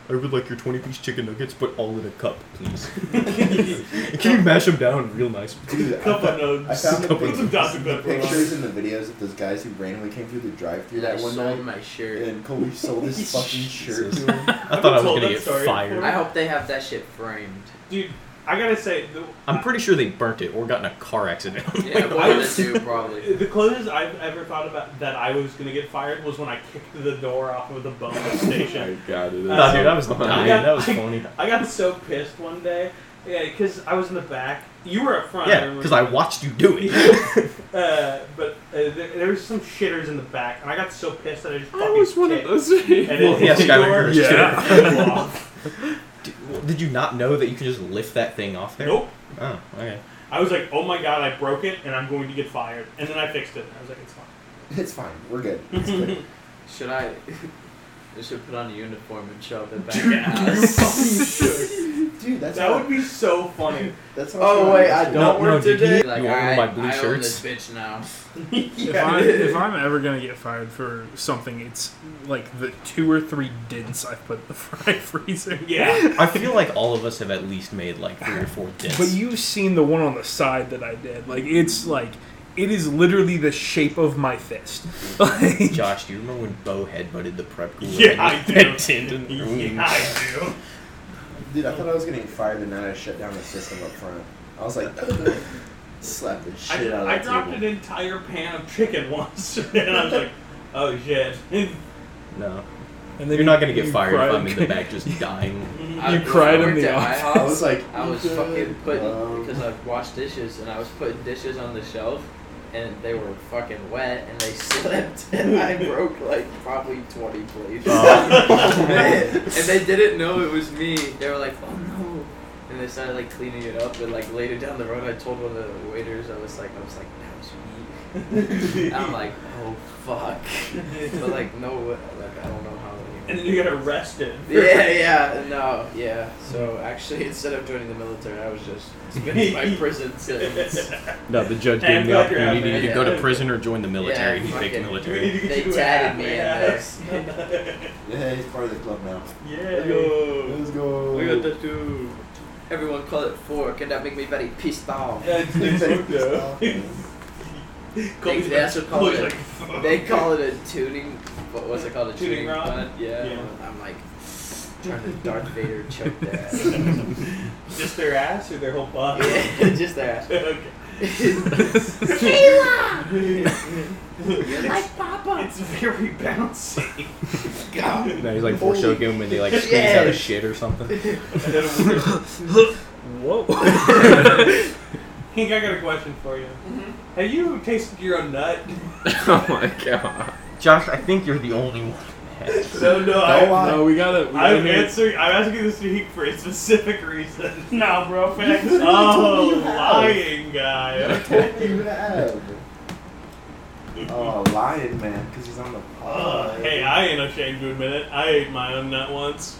S7: I would like your 20 piece chicken nuggets, but all in a cup, please. Can you mash them down real nice?
S2: Dude, I
S1: Cup of
S2: found- I
S1: nugs.
S2: found the,
S1: Put some Dr.
S2: the
S1: Pepper on.
S2: pictures and the videos of those guys who randomly came through the drive-through
S5: I
S2: that one
S5: sold
S2: night,
S5: my shirt.
S2: and Colby sold his fucking shirt
S7: Jesus.
S2: to him.
S7: I thought I was
S1: told
S7: gonna
S1: that
S7: get
S1: story
S7: fired.
S1: before.
S5: I hope they have that shit framed.
S1: Dude, I gotta say, the,
S7: I'm pretty sure they burnt it or got in a car accident.
S5: Yeah,
S1: Wait,
S5: one of
S1: what?
S5: the two probably.
S1: The closest I've ever thought about that I was gonna get fired was when I kicked the door off of the bonus
S9: I
S1: station.
S2: Oh
S9: got it.
S1: Nah, dude,
S7: I was
S1: I
S7: dying.
S1: got-
S7: that was
S1: I-
S7: funny.
S1: I got so pissed one day, yeah, because I was in the back. You were up front. I
S7: Yeah,
S1: remember.
S7: because I watched you do it.
S1: uh, but uh, there, there was some shitters in the back, and I got so pissed that I just
S9: I
S1: fucking
S9: was one of
S1: kicked.
S9: those.
S1: And
S9: people.
S1: it
S7: Well, yeah,
S1: hit the door,
S7: Skyrim Curse,
S1: yeah. flew off.
S7: Did, well, did you not know that you can just lift that thing off there?
S1: Nope.
S7: Oh, okay.
S1: I was like, oh my god, I broke it, and I'm going to get fired. And then I fixed it. I was like, it's fine.
S2: It's fine. We're good. It's good.
S5: Should I? I should put on a uniform and show up at back
S1: Dude,
S5: of house.
S2: Dude, that's
S1: That
S2: how-
S1: would be so funny.
S2: That's how
S8: Oh,
S2: feel
S8: wait,
S2: about
S8: I
S2: this
S8: don't
S7: No,
S8: work
S7: no, did
S8: today.
S7: he-
S5: Like,
S7: You
S5: all
S7: own
S5: right,
S7: my blue
S5: I own
S7: shirts?
S5: this bitch now.
S3: If, I, if I'm ever gonna get fired for something, it's like the two or three dents I've put in the fry freezer.
S1: Yeah.
S7: I feel like all of us have at least made like three or four dents.
S3: But you've seen the one on the side that I did. Like it's like it is literally the shape of my fist. Like,
S7: Josh, do you remember when Bo headbutted the prep cooler? Mm.
S1: Yeah, I do.
S7: That dent in the room?
S1: Yeah, I do.
S2: Dude, I thought I was getting fired the night I shut down the system up front. I was like, slap the
S1: I,
S2: shit out of
S1: I
S2: that
S1: dropped
S2: table.
S1: an entire pan of chicken once, and I was like, oh shit.
S7: No.
S3: and
S7: You're not gonna get
S3: you
S7: fired if
S3: cried.
S7: I'm in the back just dying.
S5: I, when I
S3: cried in
S5: worked
S3: the
S5: at my
S3: office.
S2: I
S5: house,
S2: was like, um,
S5: I was
S2: "Good
S5: fucking putting
S2: love."
S5: because I washed dishes and I was putting dishes on the shelf and they were fucking wet and they slipped and I broke like probably twenty plates.
S1: Oh.
S5: and they didn't know it was me. They were like, oh no. And they started like cleaning it up and like later down the road I told one of the waiters I was like I was like that was me. And I'm like oh fuck. But like no like I don't know how.
S1: And then you got arrested.
S5: Yeah, yeah, no, yeah. So actually, instead of joining the military, I was just spending my prison sentence.
S9: No, the judge
S1: And
S9: gave me the
S1: glad you're
S9: opportunity
S1: happy.
S7: You
S9: to
S7: could go to prison or join the military.
S5: Yeah,
S7: you picked
S5: fucking-
S7: military.
S5: They tatted me in
S1: Yes.
S2: Yeah, he's part of the club now.
S1: Yeah.
S2: Let's go.
S5: We got that too. Everyone call it four. Can that make me very pissed off?
S1: That's the
S5: They, they also call it.
S1: like,
S5: they call it a tuning. What was it called? A
S1: Tuning
S5: tuning,
S1: rod?
S5: butt? Yeah.
S1: Yeah.
S5: I'm like trying to Darth Vader choke their ass.
S1: just their ass or their whole body?
S5: yeah, just their ass.
S1: okay.
S5: You're like Papa.
S1: It's very bouncy.
S7: No, he's like force choking him and they like squeeze out his shit or something.
S3: Whoa.
S1: Hank, I got a question for you. Have you tasted your own nut?
S9: Oh my god.
S7: Josh, I think you're the only one.
S1: No, no,
S2: Don't lie.
S3: No, we gotta. We gotta
S1: I'm
S3: hear-
S1: answering. I'm asking this to Heat for a specific reason. no, bro, facts. Oh, lying guy.
S2: What you have? Oh, lying man, because he's on the
S1: Uh,
S2: pod.
S1: hey, I ain't ashamed to admit it. I ate my own nut once.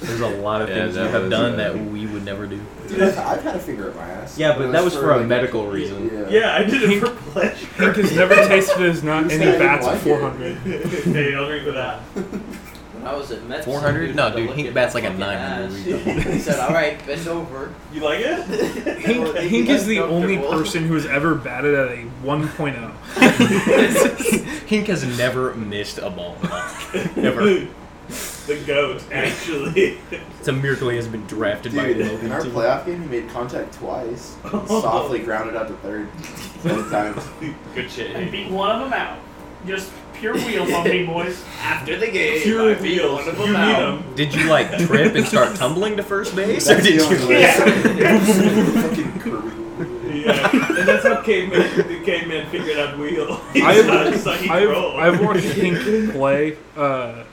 S7: There's a lot of
S9: Yeah,
S7: things
S9: that
S7: you have
S9: was,
S7: done
S9: uh,
S7: that we would never do.
S2: Dude, I've, I've had a finger up my ass.
S7: Yeah, but that was for a
S2: like-
S7: medical reason.
S2: Yeah.
S1: Yeah, I did it for pleasure.
S3: Hank has never tasted his not
S2: You
S3: any
S2: said you
S3: bats at
S2: like it.
S3: 400.
S1: hey, I'll drink with that.
S5: When I was at Mets.
S7: 400?
S5: some
S7: No,
S5: had to
S7: dude,
S5: look
S7: Hank
S5: at
S7: bats
S5: my
S7: like a
S5: fucking
S7: 900
S5: ass. he said, all right, bend over.
S1: You like it?
S3: Hank, Hank is the only
S5: Uncomfortable.
S3: person who has ever batted at a oh. 1.0.
S7: Hink has never missed a ball. Never.
S1: The goat, actually.
S7: It's a miracle he hasn't been drafted by
S2: Dude,
S7: the
S2: in our
S7: MLB team.
S2: playoff game, he made contact twice. Softly grounded out to third. Both times.
S1: Good shit.
S12: and beat one of them out. Just
S1: pure wheels on me, boys.
S8: After the game,
S1: Pure
S8: I feel
S1: wheels.
S8: wonderful
S1: You need
S8: now.
S1: them.
S7: Did you like trip and start tumbling to first base?
S8: That's
S7: or did
S8: the only
S7: you
S8: way.
S1: Fucking Yeah, uh, and that's how caveman the caveman figured out wheel. He saw-
S3: I've,
S1: saw he
S3: I've,
S1: rolled.
S3: I've watched Hink play uh,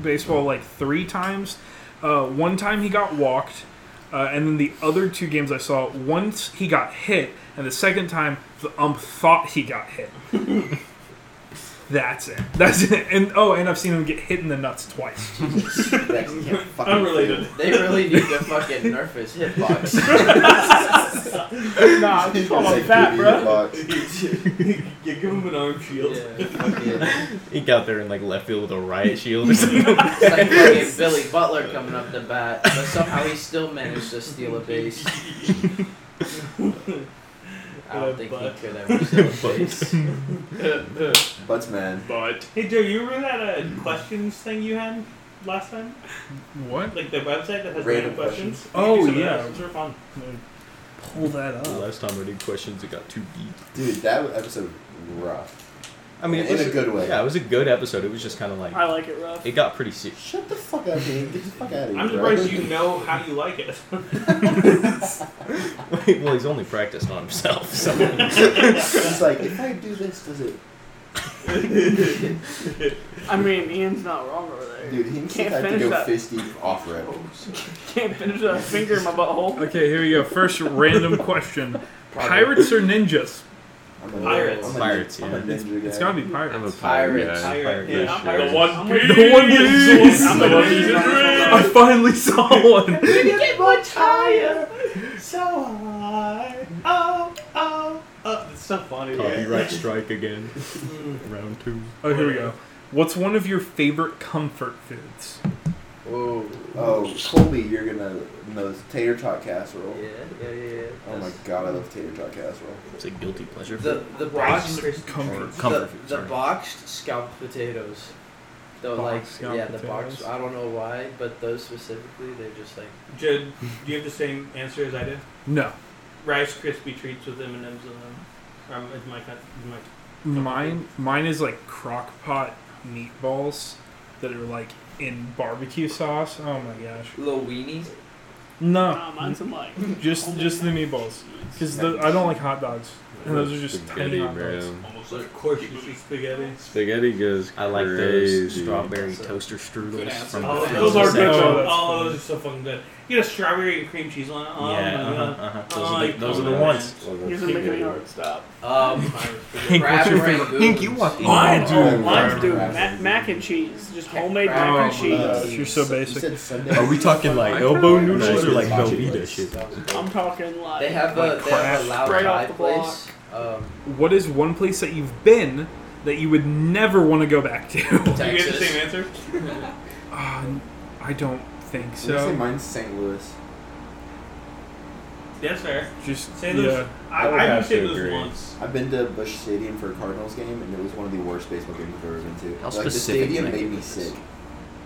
S3: baseball like three times. Uh, one time he got walked, uh, and then the other two games I saw, once he got hit, and the second time the ump thought he got hit. That's it. That's it. And oh, and I've seen him get hit in the nuts twice.
S8: Rex can't fucking
S1: Unrelated.
S8: fail. They really need to fucking nerf his hitbox.
S1: Nah, just call him
S8: Like,
S1: fat,
S8: give
S1: bro.
S8: me
S1: you give him an arm shield.
S8: Yeah, fucking.
S7: He got there and like left field with a riot shield or something.
S8: It's like fucking Billy Butler coming up the bat, but somehow he still managed to steal a base. I don't
S1: Uh,
S8: think
S1: but-
S8: he could ever steal a base.
S2: Butts man.
S1: But hey, Joe, you remember that uh, questions thing you had last time?
S3: What?
S1: Like the website that has
S2: Random
S1: random questions.
S3: questions.
S1: You can do
S3: Oh,
S1: some of
S3: yeah.
S1: those. Those are fun.
S3: Pull that
S7: The
S3: up.
S7: last time I did questions, it got too deep.
S2: Dude, that episode was rough.
S7: I mean, it
S2: In
S7: was
S2: a good way.
S7: Yeah, it was a good episode. It was just kind of like
S4: I like it rough.
S7: it got pretty sick.
S2: Shut the fuck up, dude. Get the fuck out of here.
S1: I'm
S2: bro.
S1: surprised you know how you like it.
S7: well, he's only practiced on himself. So.
S2: He's like, if I do this, does it?
S4: I mean, Ian's not wrong over there.
S2: Dude, he
S4: Can't
S2: had to
S4: finish
S2: go
S4: that.
S2: fist deep off rip.
S4: Can't finish that finger in my butthole.
S3: Okay, here we go. First random question: Pirates or ninjas?
S2: I'm a-
S1: Pirates.
S2: I'm a-
S7: Pirates,
S2: I'm a
S7: yeah.
S2: ninja guy.
S3: It's gotta be pirates.
S9: I'm a pirate.
S8: Pirates.
S9: guy.
S1: Pirate,
S9: Pirate
S1: yeah,
S9: for
S1: pirate.
S9: sure.
S1: The One Piece.
S3: The One Piece.
S1: I'm
S3: The
S1: a
S3: One
S1: ninja
S3: Piece.
S1: dream.
S3: I finally saw one.
S1: get much higher, so high. Oh, oh, oh. It's so funny.
S7: Copyright strike again. Round two.
S3: Oh, here we go. What's one of your favorite comfort foods?
S8: Whoa.
S2: Oh, Colby, you're gonna know this tater tot casserole.
S8: Yeah, yeah, yeah. yeah.
S2: Oh my god, I love tater tot casserole.
S7: It's a guilty pleasure.
S8: The the
S1: Rice
S8: boxed
S1: and crisp.
S3: Comfort.
S7: Comfort
S8: the,
S7: food,
S8: the
S7: sorry.
S8: boxed scalped potatoes. Though like
S3: Boxed scalloped
S8: yeah, the boxed.
S3: potatoes.
S8: I don't know why, but those specifically, they're just like
S1: Jed, do you have the same answer as I did?
S3: No,
S1: Rice crispy treats with M and M's in them. Um, is my, cut- is my
S3: mine mine is like crock pot meatballs that are like in barbecue sauce. Oh my gosh.
S8: little weenies.
S3: No,
S4: Nah, mine's in like.
S3: just just the meatballs. Cause the, I don't like hot dogs, and those are just tiny
S9: Spaghetti,
S3: hot dogs.
S9: bro.
S1: almost like Corsican spaghetti.
S9: Spaghetti goes
S7: I like
S9: crazy.
S7: those strawberry toaster
S8: Good
S7: strudels.
S8: answer.
S7: From
S1: Oh,
S7: the
S1: those are
S7: frozen
S1: good.
S3: Oh,
S1: Oh,
S3: that's
S1: those are so fucking good. You get a strawberry and cream cheese on it. Oh
S7: yeah,
S1: my
S7: uh-huh,
S1: god.
S7: uh-huh. Those,
S1: Oh,
S7: are the,
S1: like-
S7: those are
S1: oh,
S7: the ones.
S4: He doesn't make any hard stop.
S8: Um,
S3: Hank, what's
S8: crab
S3: your favorite?
S8: rangoons.
S7: Hank, you walked in.
S3: Mine,
S2: dude.
S3: dude.
S2: Mine.
S4: Mine's dude,
S2: Crab
S4: mac, mac and cheese, just homemade
S8: crab
S3: Oh,
S4: mac and
S3: my
S4: cheese.
S3: God. You're so basic.
S2: You said Sunday.
S7: Are we talking like
S3: I
S7: elbow
S3: kinda
S2: Nice.
S7: noodles or like
S2: Nice.
S7: Velveeta
S2: Nice.
S7: shit?
S4: I'm talking like.
S8: They have a
S3: Like
S8: they
S3: crab
S8: have a loud
S4: right off
S8: Thai
S4: the
S8: place. Um,
S3: What is one place that you've been that you would never want to go back to?
S1: You get the same
S8: Texas.
S1: answer?
S3: Uh, I don't think
S2: Did you say
S3: so.
S2: mine's St. Louis.
S1: That's fair.
S3: Just
S1: St. Louis.
S3: yeah.
S1: I,
S9: I would
S1: I, have
S9: have
S1: St.
S9: to
S1: Louis
S9: agree.
S1: once.
S2: I've been to Bush Stadium for a Cardinals game, and it was one of the worst baseball games I've ever been to.
S6: How
S2: like,
S6: specific
S2: The
S6: can
S2: stadium
S6: I
S2: made
S6: get
S2: me
S6: this?
S2: sick.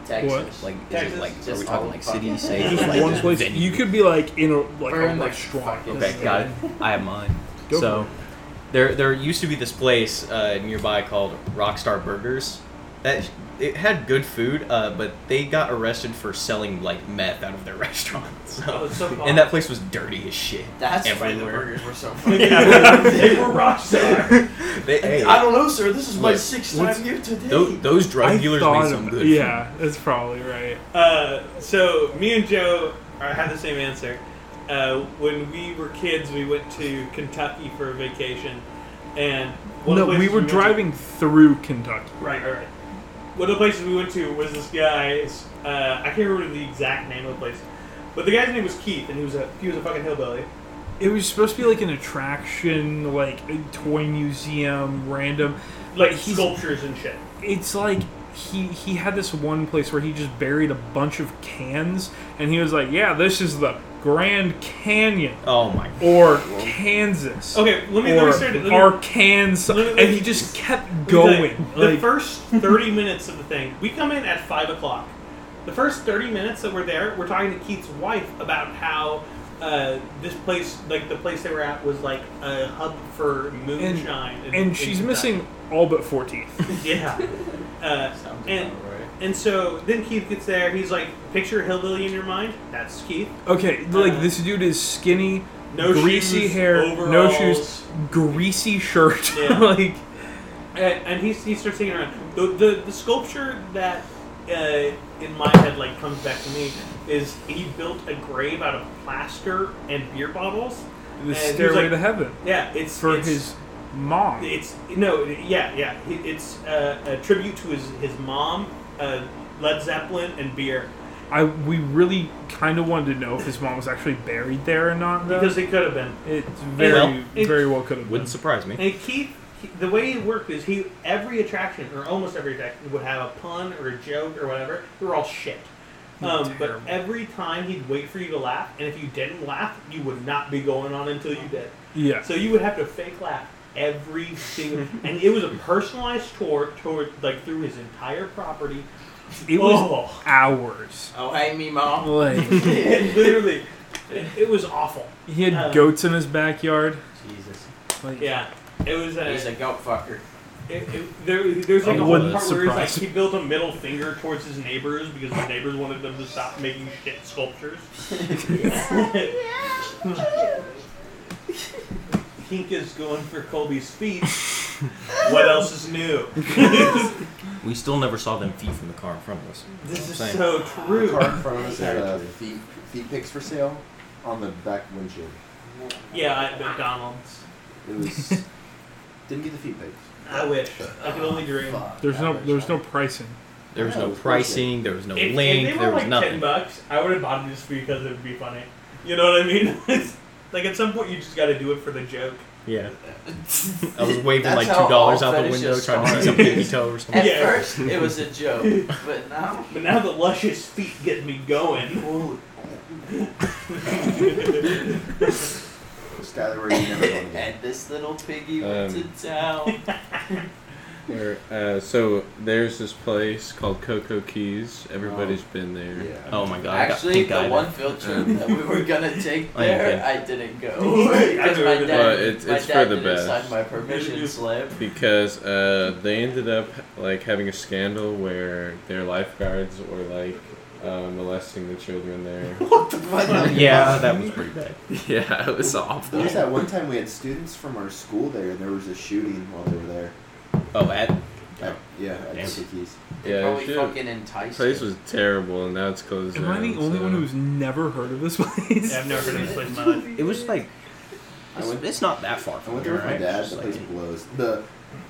S8: Texas.
S6: Like, is
S1: Texas.
S6: it like, are
S8: Just
S6: we talking
S8: all
S6: like
S8: fucking-
S6: city safe?
S3: Just
S6: like
S3: one place.
S6: venue?
S3: You could be like in a like
S8: Burn
S3: a
S8: the
S3: restaurant.
S8: fucking
S3: That's
S8: thing.
S7: Okay, got it. I have mine.
S3: Go
S7: so, there there used to be this place uh, nearby called Rockstar Burgers. That it had good food, uh, but they got arrested for selling like meth out of their restaurant.
S1: Oh,
S7: So,
S1: it's so fun.
S7: and that place was dirty as shit.
S8: That's why the
S7: everywhere.
S8: burgers were so funny.
S1: yeah, they were rock stars.
S7: They, hey,
S8: I don't know, sir. This is my
S7: Look,
S8: sixth
S3: what's-
S8: time here today.
S7: those, those drug
S3: I
S7: dealers
S3: thought
S7: made some
S3: of-
S7: good.
S3: Yeah, that's probably right.
S1: Uh, so me and Joe uh, had the same answer. Uh, when we were kids, we went to Kentucky for a vacation, and one
S3: no,
S1: of the
S3: we
S1: places
S3: were
S1: went to-
S3: driving through Kentucky.
S1: right, right, right. One of the places we went to was this guy's. Uh, I can't remember the exact name of the place, but the guy's name was Keith, and he was a he was a fucking hillbilly.
S3: It was supposed to be like an attraction, like a toy museum, random.
S1: Like
S3: he's-
S1: sculptures and shit.
S3: It's like he he had this one place where he just buried a bunch of cans, and he was like, "Yeah, this is the Grand Canyon
S7: Oh my
S3: or Kansas."
S1: Okay, let me
S3: or
S1: let me start. Let me,
S3: Arkansas,
S1: let me- let
S3: and
S1: me-
S3: he just kept
S1: Let me
S3: going.
S1: tell you, The
S3: like,
S1: first 30 minutes of the thing, we come in at 5 o'clock. The first 30 minutes that we're there, we're talking to Keith's wife about how uh, this place, like the place they were at, was like a hub for moonshine.
S3: And,
S1: in- in
S3: she's
S1: Kentucky.
S3: missing all but four teeth.
S1: yeah. Uh, and and so then Keith gets there. He's like, picture a hillbilly in your mind. That's Keith.
S3: Okay,
S1: Uh,
S3: like this dude is skinny,
S1: No
S3: greasy
S1: shoes,
S3: hair, no shoes,
S1: overalls.
S3: greasy shirt.
S1: Yeah.
S3: like
S1: And, and he, he starts taking around. The, the, the sculpture that uh, in my head like comes back to me is he built a grave out of plaster and beer bottles.
S3: the
S1: And he's
S3: stairway
S1: like-
S3: to heaven
S1: Yeah, it's
S3: for
S1: it's-
S3: his mom.
S1: It's no, yeah, yeah. He- It's uh, a tribute to his his mom, uh, Led Zeppelin, and beer
S3: I we really kind of wanted to know if his mom was actually buried there or not. Though.
S1: because it could have been.
S3: it's very
S7: Well,
S1: it-
S3: very well could have been.
S7: Wouldn't surprise me.
S1: And Keith, he- the way it worked is he every attraction or almost every attraction would have a pun or a joke or whatever. They were all shit. Um, but
S3: Terrible.
S1: every time he'd wait for you to laugh, and if you didn't laugh, you would not be going on until you did.
S3: Yeah.
S1: So you would have to fake laugh every single, and it was a personalized tour toward like through his entire property.
S3: It was
S1: Oh.
S3: hours.
S5: Oh, hey, me mom.
S3: Like
S1: Literally, it, it was awful.
S3: he had
S1: Uh,
S3: goats in his backyard.
S5: Jesus.
S3: Like,
S1: Yeah, it was. Uh,
S5: He's a goat fucker.
S1: It, it, there, there's like
S3: I
S1: a whole
S3: wouldn't
S1: part where he's like
S3: surprise
S1: he built a middle finger towards his neighbors because his neighbors wanted them to stop making shit sculptures. Hink is going for Colby's feet. what else is new?
S7: We still never saw them feet from the car in front of us.
S1: This is
S7: Same.
S1: so true.
S2: Car in front of us had uh, feet, feet pics for sale on the back windshield.
S1: Yeah, at McDonald's.
S2: It was. didn't get the feet pics.
S1: I wish. I could only dream.
S3: There's no there's no pricing.
S7: There was
S2: Yeah, it
S7: no
S2: was worth it.
S7: pricing. There was no
S1: If, if
S7: link.
S1: they were
S7: there was
S1: like ten
S7: nothing.
S1: bucks, I would have bought them just because it would be funny. You know what I mean? like at some point, you just got to do it for the joke.
S7: Yeah. I was waving
S5: That's
S7: like
S5: how
S7: two dollars
S5: all
S7: out the
S5: fetishes
S7: window trying to see
S5: start.
S7: some pinky toe or something.
S5: At
S1: Yeah.
S5: first, it was a joke, but now.
S1: But now the luscious feet get me going.
S5: Ooh,
S2: Skyler, where you never going again.
S5: and this little piggy went
S9: Um,
S5: to town.
S9: Where, uh, so there's this place called Coco Keys. Everybody's been there.
S2: Yeah.
S7: Oh my god! I got
S5: Actually, the
S7: pink-eyed.
S5: one field trip
S9: Um,
S5: that we were gonna take
S7: I am
S5: there,
S7: good.
S5: I didn't go
S1: I
S5: because my
S1: remember
S5: dad,
S1: that.
S9: Well, it's-
S5: my
S9: it's
S5: dad
S9: for the
S5: didn't
S9: best.
S5: sign my permission slip.
S9: because uh, they ended up like having a scandal where their lifeguards were like uh, molesting the children there.
S7: oh.
S5: What the-
S7: Yeah, that was pretty bad.
S9: yeah, it was awful.
S2: um, There was that one time we had students from our school there, and there was a shooting while they were there.
S7: Oh, at
S2: At, yeah, at
S7: Damn.
S2: Coco Keys.
S5: They
S9: Yeah,
S5: probably
S9: it was-
S5: fucking enticed.
S9: the place
S5: him.
S9: was terrible, and now it's closed.
S3: Am I the
S9: down,
S3: only
S9: so-
S3: one who's never heard of this place?
S1: Yeah, I've never heard of this place in my life.
S7: it was like
S2: I went-
S7: it's not that far
S2: I
S7: from
S2: went there
S7: here.
S2: with my
S7: right?
S2: dad.
S7: It's
S2: The
S7: just
S2: place
S7: like-
S2: blows. The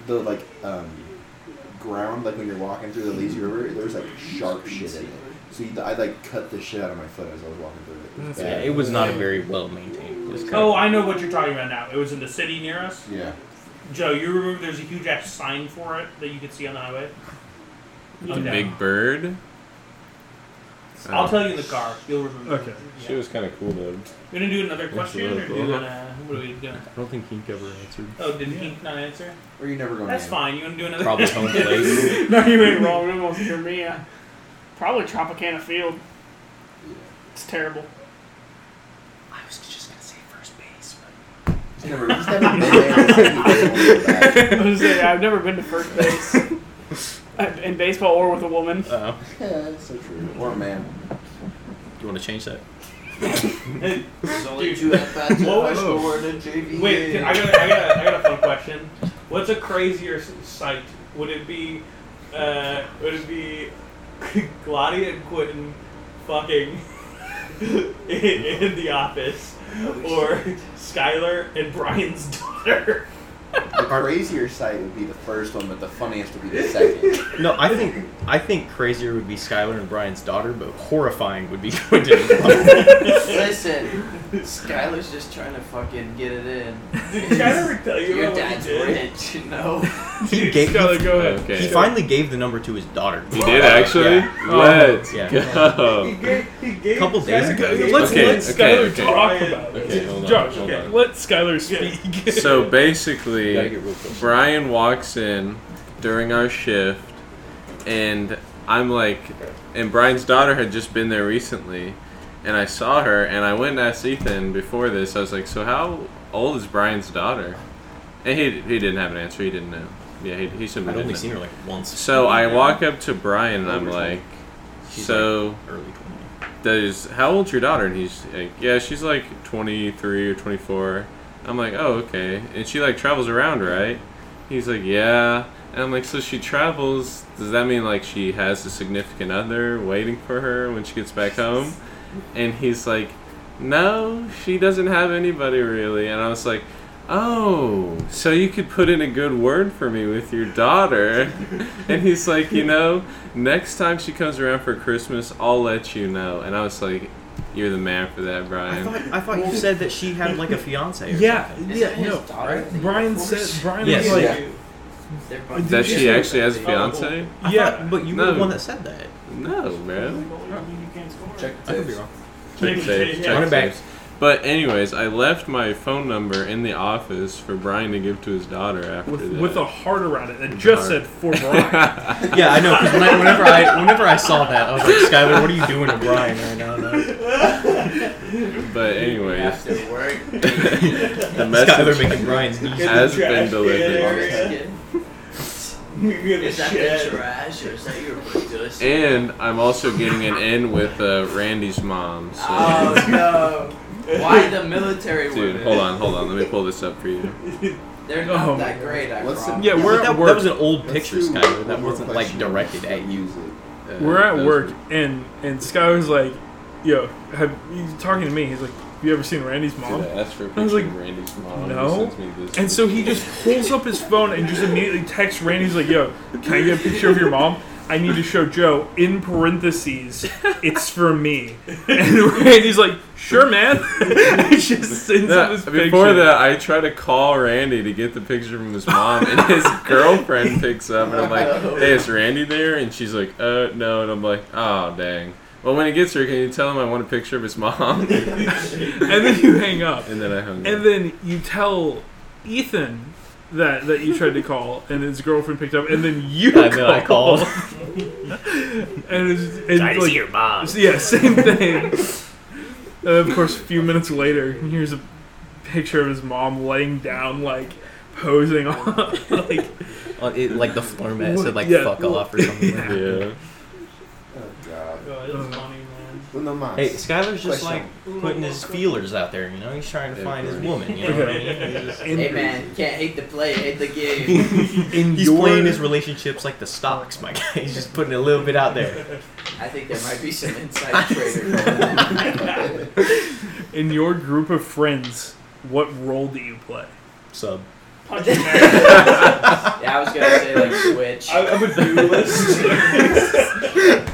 S2: the like um, ground, like when you're walking through the lazy river, there was like sharp shit in it. So you, I like cut the shit out of my foot as I was walking through it. It was
S3: That's
S7: yeah,
S2: bad.
S7: it was not a very well maintained. It was kinda-
S1: Oh, I know what you're talking about now. It was in the city near us.
S2: Yeah.
S1: Joe, you remember there's a huge ass sign for it that you could see on the highway?
S9: The
S1: Okay.
S9: Big Bird. Uh,
S1: I'll tell you in the car. You'll remember.
S3: Okay.
S1: Yeah.
S9: She was kind of cool though.
S1: You gonna do another question
S9: really
S1: or do
S9: cool.
S1: you wanna, what are we doing?
S7: I don't think Hink ever answered.
S1: Oh, did Pink not answer?
S2: Or you never going.
S13: That's
S2: in.
S1: Fine, you wanna do another
S7: Probably home place.
S13: no, you ain't wrong. It wasn't for me. Uh, probably Tropicana Field.
S2: Yeah.
S13: It's terrible.
S7: I was just gonna say first base, but
S2: He's never, he's never been there.
S13: I was gonna say, I've never been to first base Uh, in baseball or with a woman.
S7: uh,
S2: yeah, that's so true. Or man.
S7: do you want to change that?
S5: There's only two at bats in
S1: What
S5: high
S1: was-
S5: school or in a JV.
S1: Wait, can- I got, a, I, got a, I got a fun question. What's a crazier s- sight? Would it be, uh, would it be Gladia and Quentin fucking in, in the office, or Skylar and Brian's daughter?
S2: The crazier sight would be the first one, but the funniest would be the second.
S7: No, I think I think crazier would be Skylar and Brian's daughter, but horrifying would be Quentin. and Brian.
S5: Listen, Skylar's just trying to fucking get it in.
S1: Did Skylar ever tell you
S5: Your
S1: about what he
S5: dad's
S1: did?
S5: rich, you know.
S7: he gave,
S3: Skylar, go ahead.
S9: Okay.
S7: he finally gave the number to his daughter.
S9: You did actually. Let's
S7: Yeah.
S1: He
S9: go.
S1: gave, he gave
S7: Couple days
S1: Skylar-
S7: ago.
S1: he gave
S3: Let's
S9: Okay,
S3: let
S9: okay,
S3: Skylar
S9: okay.
S3: talk about it.
S9: Okay, hold on,
S3: Josh,
S9: hold on.
S3: let Skylar speak.
S9: So
S7: Gotta get
S9: basically,
S7: real close.
S9: Brian walks in during our shift, and I'm like, and Brian's daughter had just been there recently, and I saw her, and I went and asked Ethan before this. I was like, "So how old is Brian's daughter?" And he he didn't have an answer. He didn't know. Yeah, he he should.
S7: I'd only seen her like once.
S9: So I walk up to Brian and I'm
S7: Older
S9: like,
S7: She's
S9: "So
S7: like early twenty.
S9: does how old's your daughter? And he's like, yeah, she's like 23 or 24. I'm like, oh, okay. And she like travels around, right? He's like, yeah. And I'm like, so she travels. Does that mean like she has a significant other waiting for her when she gets back home? And he's like, no, she doesn't have anybody really. And I was like, oh, so you could put in a good word for me with your daughter. and he's like, you know, next time she comes around for Christmas, I'll let you know. And I was like, you're the man for that,
S7: I
S9: Brian.
S7: thought, I thought you said that she had like a fiance. Or
S3: Yeah,
S7: something.
S3: yeah,
S8: His
S3: no.
S8: daughter?
S3: Brian said Brian
S7: Yes.
S3: was like,
S8: Yeah.
S5: They're both-
S9: that she
S3: Yeah.
S9: actually has a
S1: Oh.
S9: fiance?
S7: I
S3: Yeah.
S7: thought- but you were
S9: No.
S7: the one that said that.
S9: No, man.
S8: Check
S7: I
S8: the
S7: could be
S8: tapes.
S7: wrong.
S1: Check
S9: Check safe.
S1: it,
S9: Check
S7: Run it back.
S9: safe. But anyways, I left my phone number in the office for Brian to give to his daughter after
S3: with,
S9: that.
S3: with a heart around it that just said for Brian.
S7: Yeah, I know. Because when I, whenever I whenever I saw that, I was like, Skyler, what are you doing to Brian right now? though?"
S9: but anyways,
S8: After work.
S9: the
S7: Skyler
S9: message
S7: making Brian's knees.
S9: has been
S1: Yeah.
S9: delivered.
S8: Is that the trash or is that your windows?
S9: And I'm also getting an in with uh, Randy's mom. So.
S8: Oh no! Why the military
S9: Dude,
S8: women?
S9: hold on, hold on. Let me pull this up for you.
S8: They're not
S3: Oh.
S8: that great. I
S2: What's the-
S8: promise.
S3: yeah,
S7: Yeah,
S3: we're
S7: but
S3: at
S7: that,
S3: work.
S7: that was an old picture,
S2: Let's do
S7: Skyler.
S2: one
S7: That
S2: more
S7: wasn't like
S2: question.
S7: directed at you.
S2: Music.
S9: Uh,
S3: We're at
S9: those-
S3: work, and and Sky was like, "Yo, have he's talking to me? He's like, you ever seen Randy's
S9: Dude,
S3: mom?"
S9: I asked for a
S3: I was
S9: picture
S3: like,
S9: of Randy's mom.
S3: no.
S9: He sends me this
S3: And so he just pulls up his phone and just immediately texts Randy. He's like, "Yo, can I get a picture of your mom? I need to show Joe." In parentheses, it's for me. And Randy's like, "Sure, man." and just sends
S9: No,
S3: him this picture.
S9: before that, I try to call Randy to get the picture from his mom, and his girlfriend picks up, and I'm like, "Hey, is Randy there?" And she's like, "Uh, no." And I'm like, "Oh, dang." Well, when he gets here, can you tell him I want a picture of his mom?
S3: and then you hang up.
S9: and then I hung
S3: And
S9: up.
S3: then you tell Ethan that that you tried to call, and his girlfriend picked up, and then you
S7: I know I
S3: called.
S7: called.
S3: and it's, and like,
S4: your mom.
S3: yeah, same thing. and of course, a few minutes later, here's a picture of his mom laying down, like posing on, like
S7: Uh, it, like the floor mat said, like
S3: Yeah.
S7: "fuck off" or something. like that.
S9: Yeah.
S2: Oh god.
S1: funny, man.
S2: Well, no mas.
S7: Hey, Skyler's just
S2: Question.
S7: like putting his feelers out there. You know, he's trying to
S9: Yeah,
S7: find his
S9: pretty.
S7: woman. You know what I mean? He's just-
S3: in,
S8: Hey man, can't hate the play, hate the game.
S3: in
S7: He's
S3: your
S7: playing his relationships like the stocks, my guy. He's just putting a little bit out there.
S8: I think there might be some inside trader going on.
S3: in your group of friends. What role do you play?
S7: Sub.
S8: Yeah, I was gonna say like switch.
S1: I, I'm a duelist.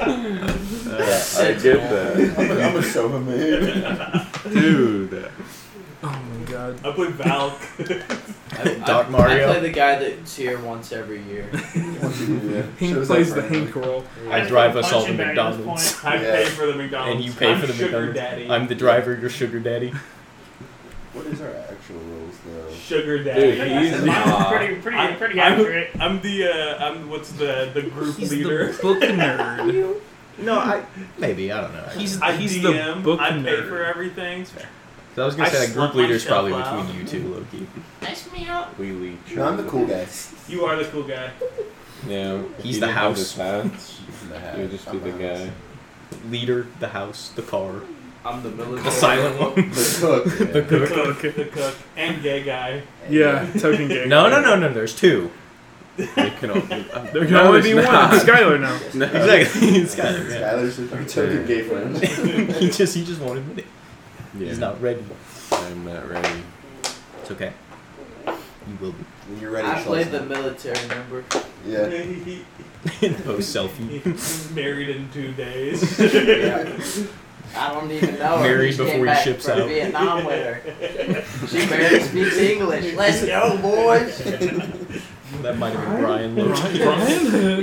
S9: Uh, I get that,
S2: I'm a, I'm a sober man.
S9: Uh, dude.
S3: Oh my god!
S1: I play Valk.
S8: I,
S7: Doc
S8: I,
S7: Mario.
S8: I play the guy that's here once every year.
S3: Hank
S2: Shows up
S3: plays the
S2: early.
S3: Hank role.
S7: I drive us
S1: Punch
S7: all to
S1: him back at this
S7: McDonald's.
S1: point. I
S2: Yeah.
S1: pay for the McDonald's.
S7: And you pay
S1: I'm
S7: for the
S1: sugar
S7: McDonald's.
S1: Daddy.
S7: I'm the driver, your sugar daddy.
S2: What is our actual rules though?
S1: sugar daddy.
S9: Dude, he's not.
S11: pretty, pretty,
S1: I-
S11: pretty
S1: I'm-
S11: accurate.
S1: I'm the uh, I'm what's the the group leader.
S3: book nerd.
S7: No, I maybe I don't know. actually.
S3: He's
S1: I
S3: he's
S1: DM.
S3: the book
S1: I pay
S3: nerd.
S1: for everything.
S7: 'Cause I was gonna
S1: I
S7: say like,
S1: slap
S7: group leader's
S1: myself
S7: probably
S1: out.
S7: between you two, Loki.
S9: We leech.
S2: No, I'm the cool guy.
S1: You are the cool guy.
S9: Yeah. if
S7: He's
S9: he
S7: the
S9: didn't have
S7: house.
S9: his hats,
S2: The
S9: he would just be the guy.
S7: Leader, the house, the car,
S8: I'm the military.
S7: the silent one.
S2: The cook.
S7: The
S2: The
S1: The
S7: cook.
S1: cook, the cook, and gay guy.
S3: Yeah, token gang.
S7: No, no, no, no. There's two.
S9: They can all be-
S3: There can only be one. It's Skylar now.
S9: No.
S7: Exactly. He's got it, yeah.
S2: Skyler's with our token gay friend.
S7: he just he just won't admit it.
S9: Yeah,
S7: He's not ready.
S9: I'm not ready.
S7: It's okay. You will be.
S2: When you're ready,
S8: I
S2: Schultz.
S8: played the military member.
S2: Yeah.
S1: He,
S7: Post
S1: he,
S7: selfie.
S1: he's married in two days.
S8: I don't even know her.
S7: Married
S8: She
S7: before
S8: came
S7: he
S8: back
S7: ships
S8: from
S7: out.
S8: Vietnam with her. She barely speaks English. Let's go, boys.
S7: That might have been Brian.
S8: He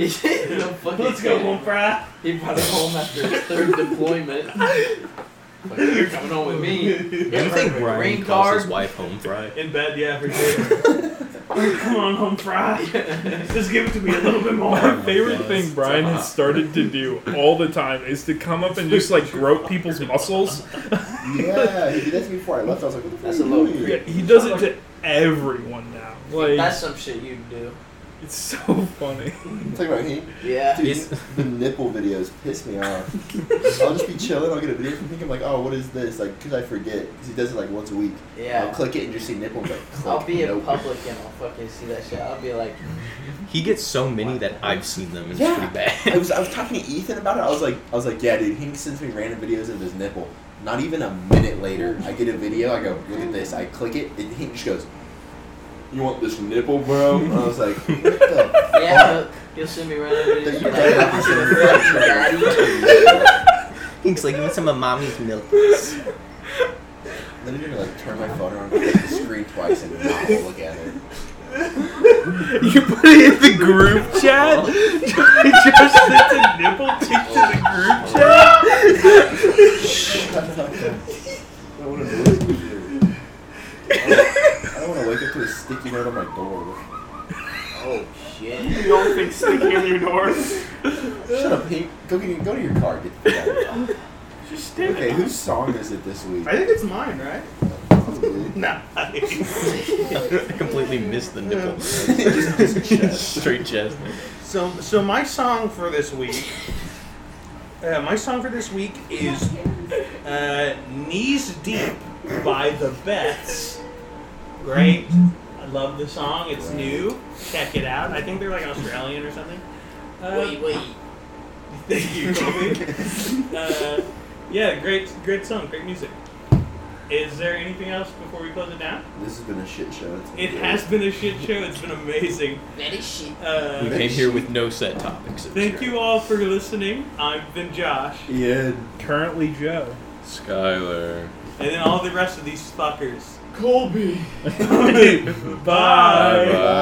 S8: didn't know fucking
S1: Let's go,
S8: shit.
S1: one fry.
S8: He brought it home after his third deployment.
S5: Like, you're coming home with me.
S7: Yeah, you think
S5: Perfect.
S7: Brian
S5: Green
S7: calls his
S5: card.
S7: wife home fry?
S14: In bed, yeah, for sure. Come on, home fry. Just give it to me a little bit more.
S3: My favorite thing Brian has started to do all the time is to come up and just like grope people's muscles.
S2: yeah, he did that to me before I left. I was like, what the fuck
S5: That's
S2: are
S5: a
S2: you
S5: little
S2: doing?
S3: Yeah, he does it to everyone now. Like
S5: That's some shit you do.
S3: it's so funny.
S2: Talk about he.
S5: Yeah.
S2: Dude, the nipple videos piss me off. I'll just be chilling. I'll get a video from him. I'm like, oh, what is this? Like, because I forget. Because he does it like once a week. I'll
S5: Yeah.
S2: click it and just see nipple. Like, click,
S5: I'll be in
S2: nope.
S5: public and I'll fucking see that shit. I'll be like,
S7: He gets so many that I've seen them, and
S2: Yeah.
S7: it's
S2: I
S7: pretty bad.
S2: was I was talking to Ethan about it. I was like I was like, yeah, dude. He sends me random videos of his nipple. Not even a minute later, I get a video. I go, look at this. I click it. And he just goes, you want this nipple, bro? And I was like, what the
S5: yeah, look, you'll send me right over
S2: That
S5: to
S2: you better have this in the future,
S7: He's like, you want some of mommy's milk?
S2: Then you're gonna like turn my phone around, click the screen twice, and not look at it.
S3: You put it in the group chat. Just sent a nipple pic to the group chat.
S2: I don't want to do. I don't want to wake up to a sticky note on my door.
S5: Oh shit.
S14: You don't think sticking in your door?
S2: Shut up, Pete. Go get go to your car. Get the fuck out.
S14: Just stick
S2: Okay, whose song is it this week?
S1: I think it's mine, right?
S2: Probably.
S14: Nah.
S7: I completely missed the nipple. Straight chest.
S1: So, so my song for this week, uh, my song for this week is uh, "Knees Deep" by The Bets. Great, I love the song. It's new. Check it out. I think they're like Australian or something. Uh,
S5: Wait, wait.
S1: thank you, Colby. uh, yeah, great, great song, great music. Is there anything else before we close it down?
S2: This has been a shit show. It's been
S1: It
S2: great.
S1: has been a shit show. It's been amazing.
S5: Very shit.
S1: Uh,
S7: We came here with no set topics. it was
S14: Thank
S7: great.
S14: you all for listening. I've been Josh,
S2: Yeah.
S3: Currently, Joe.
S9: Skylar.
S14: and then all the rest of these fuckers.
S1: Colby.
S14: Bye.
S9: Bye.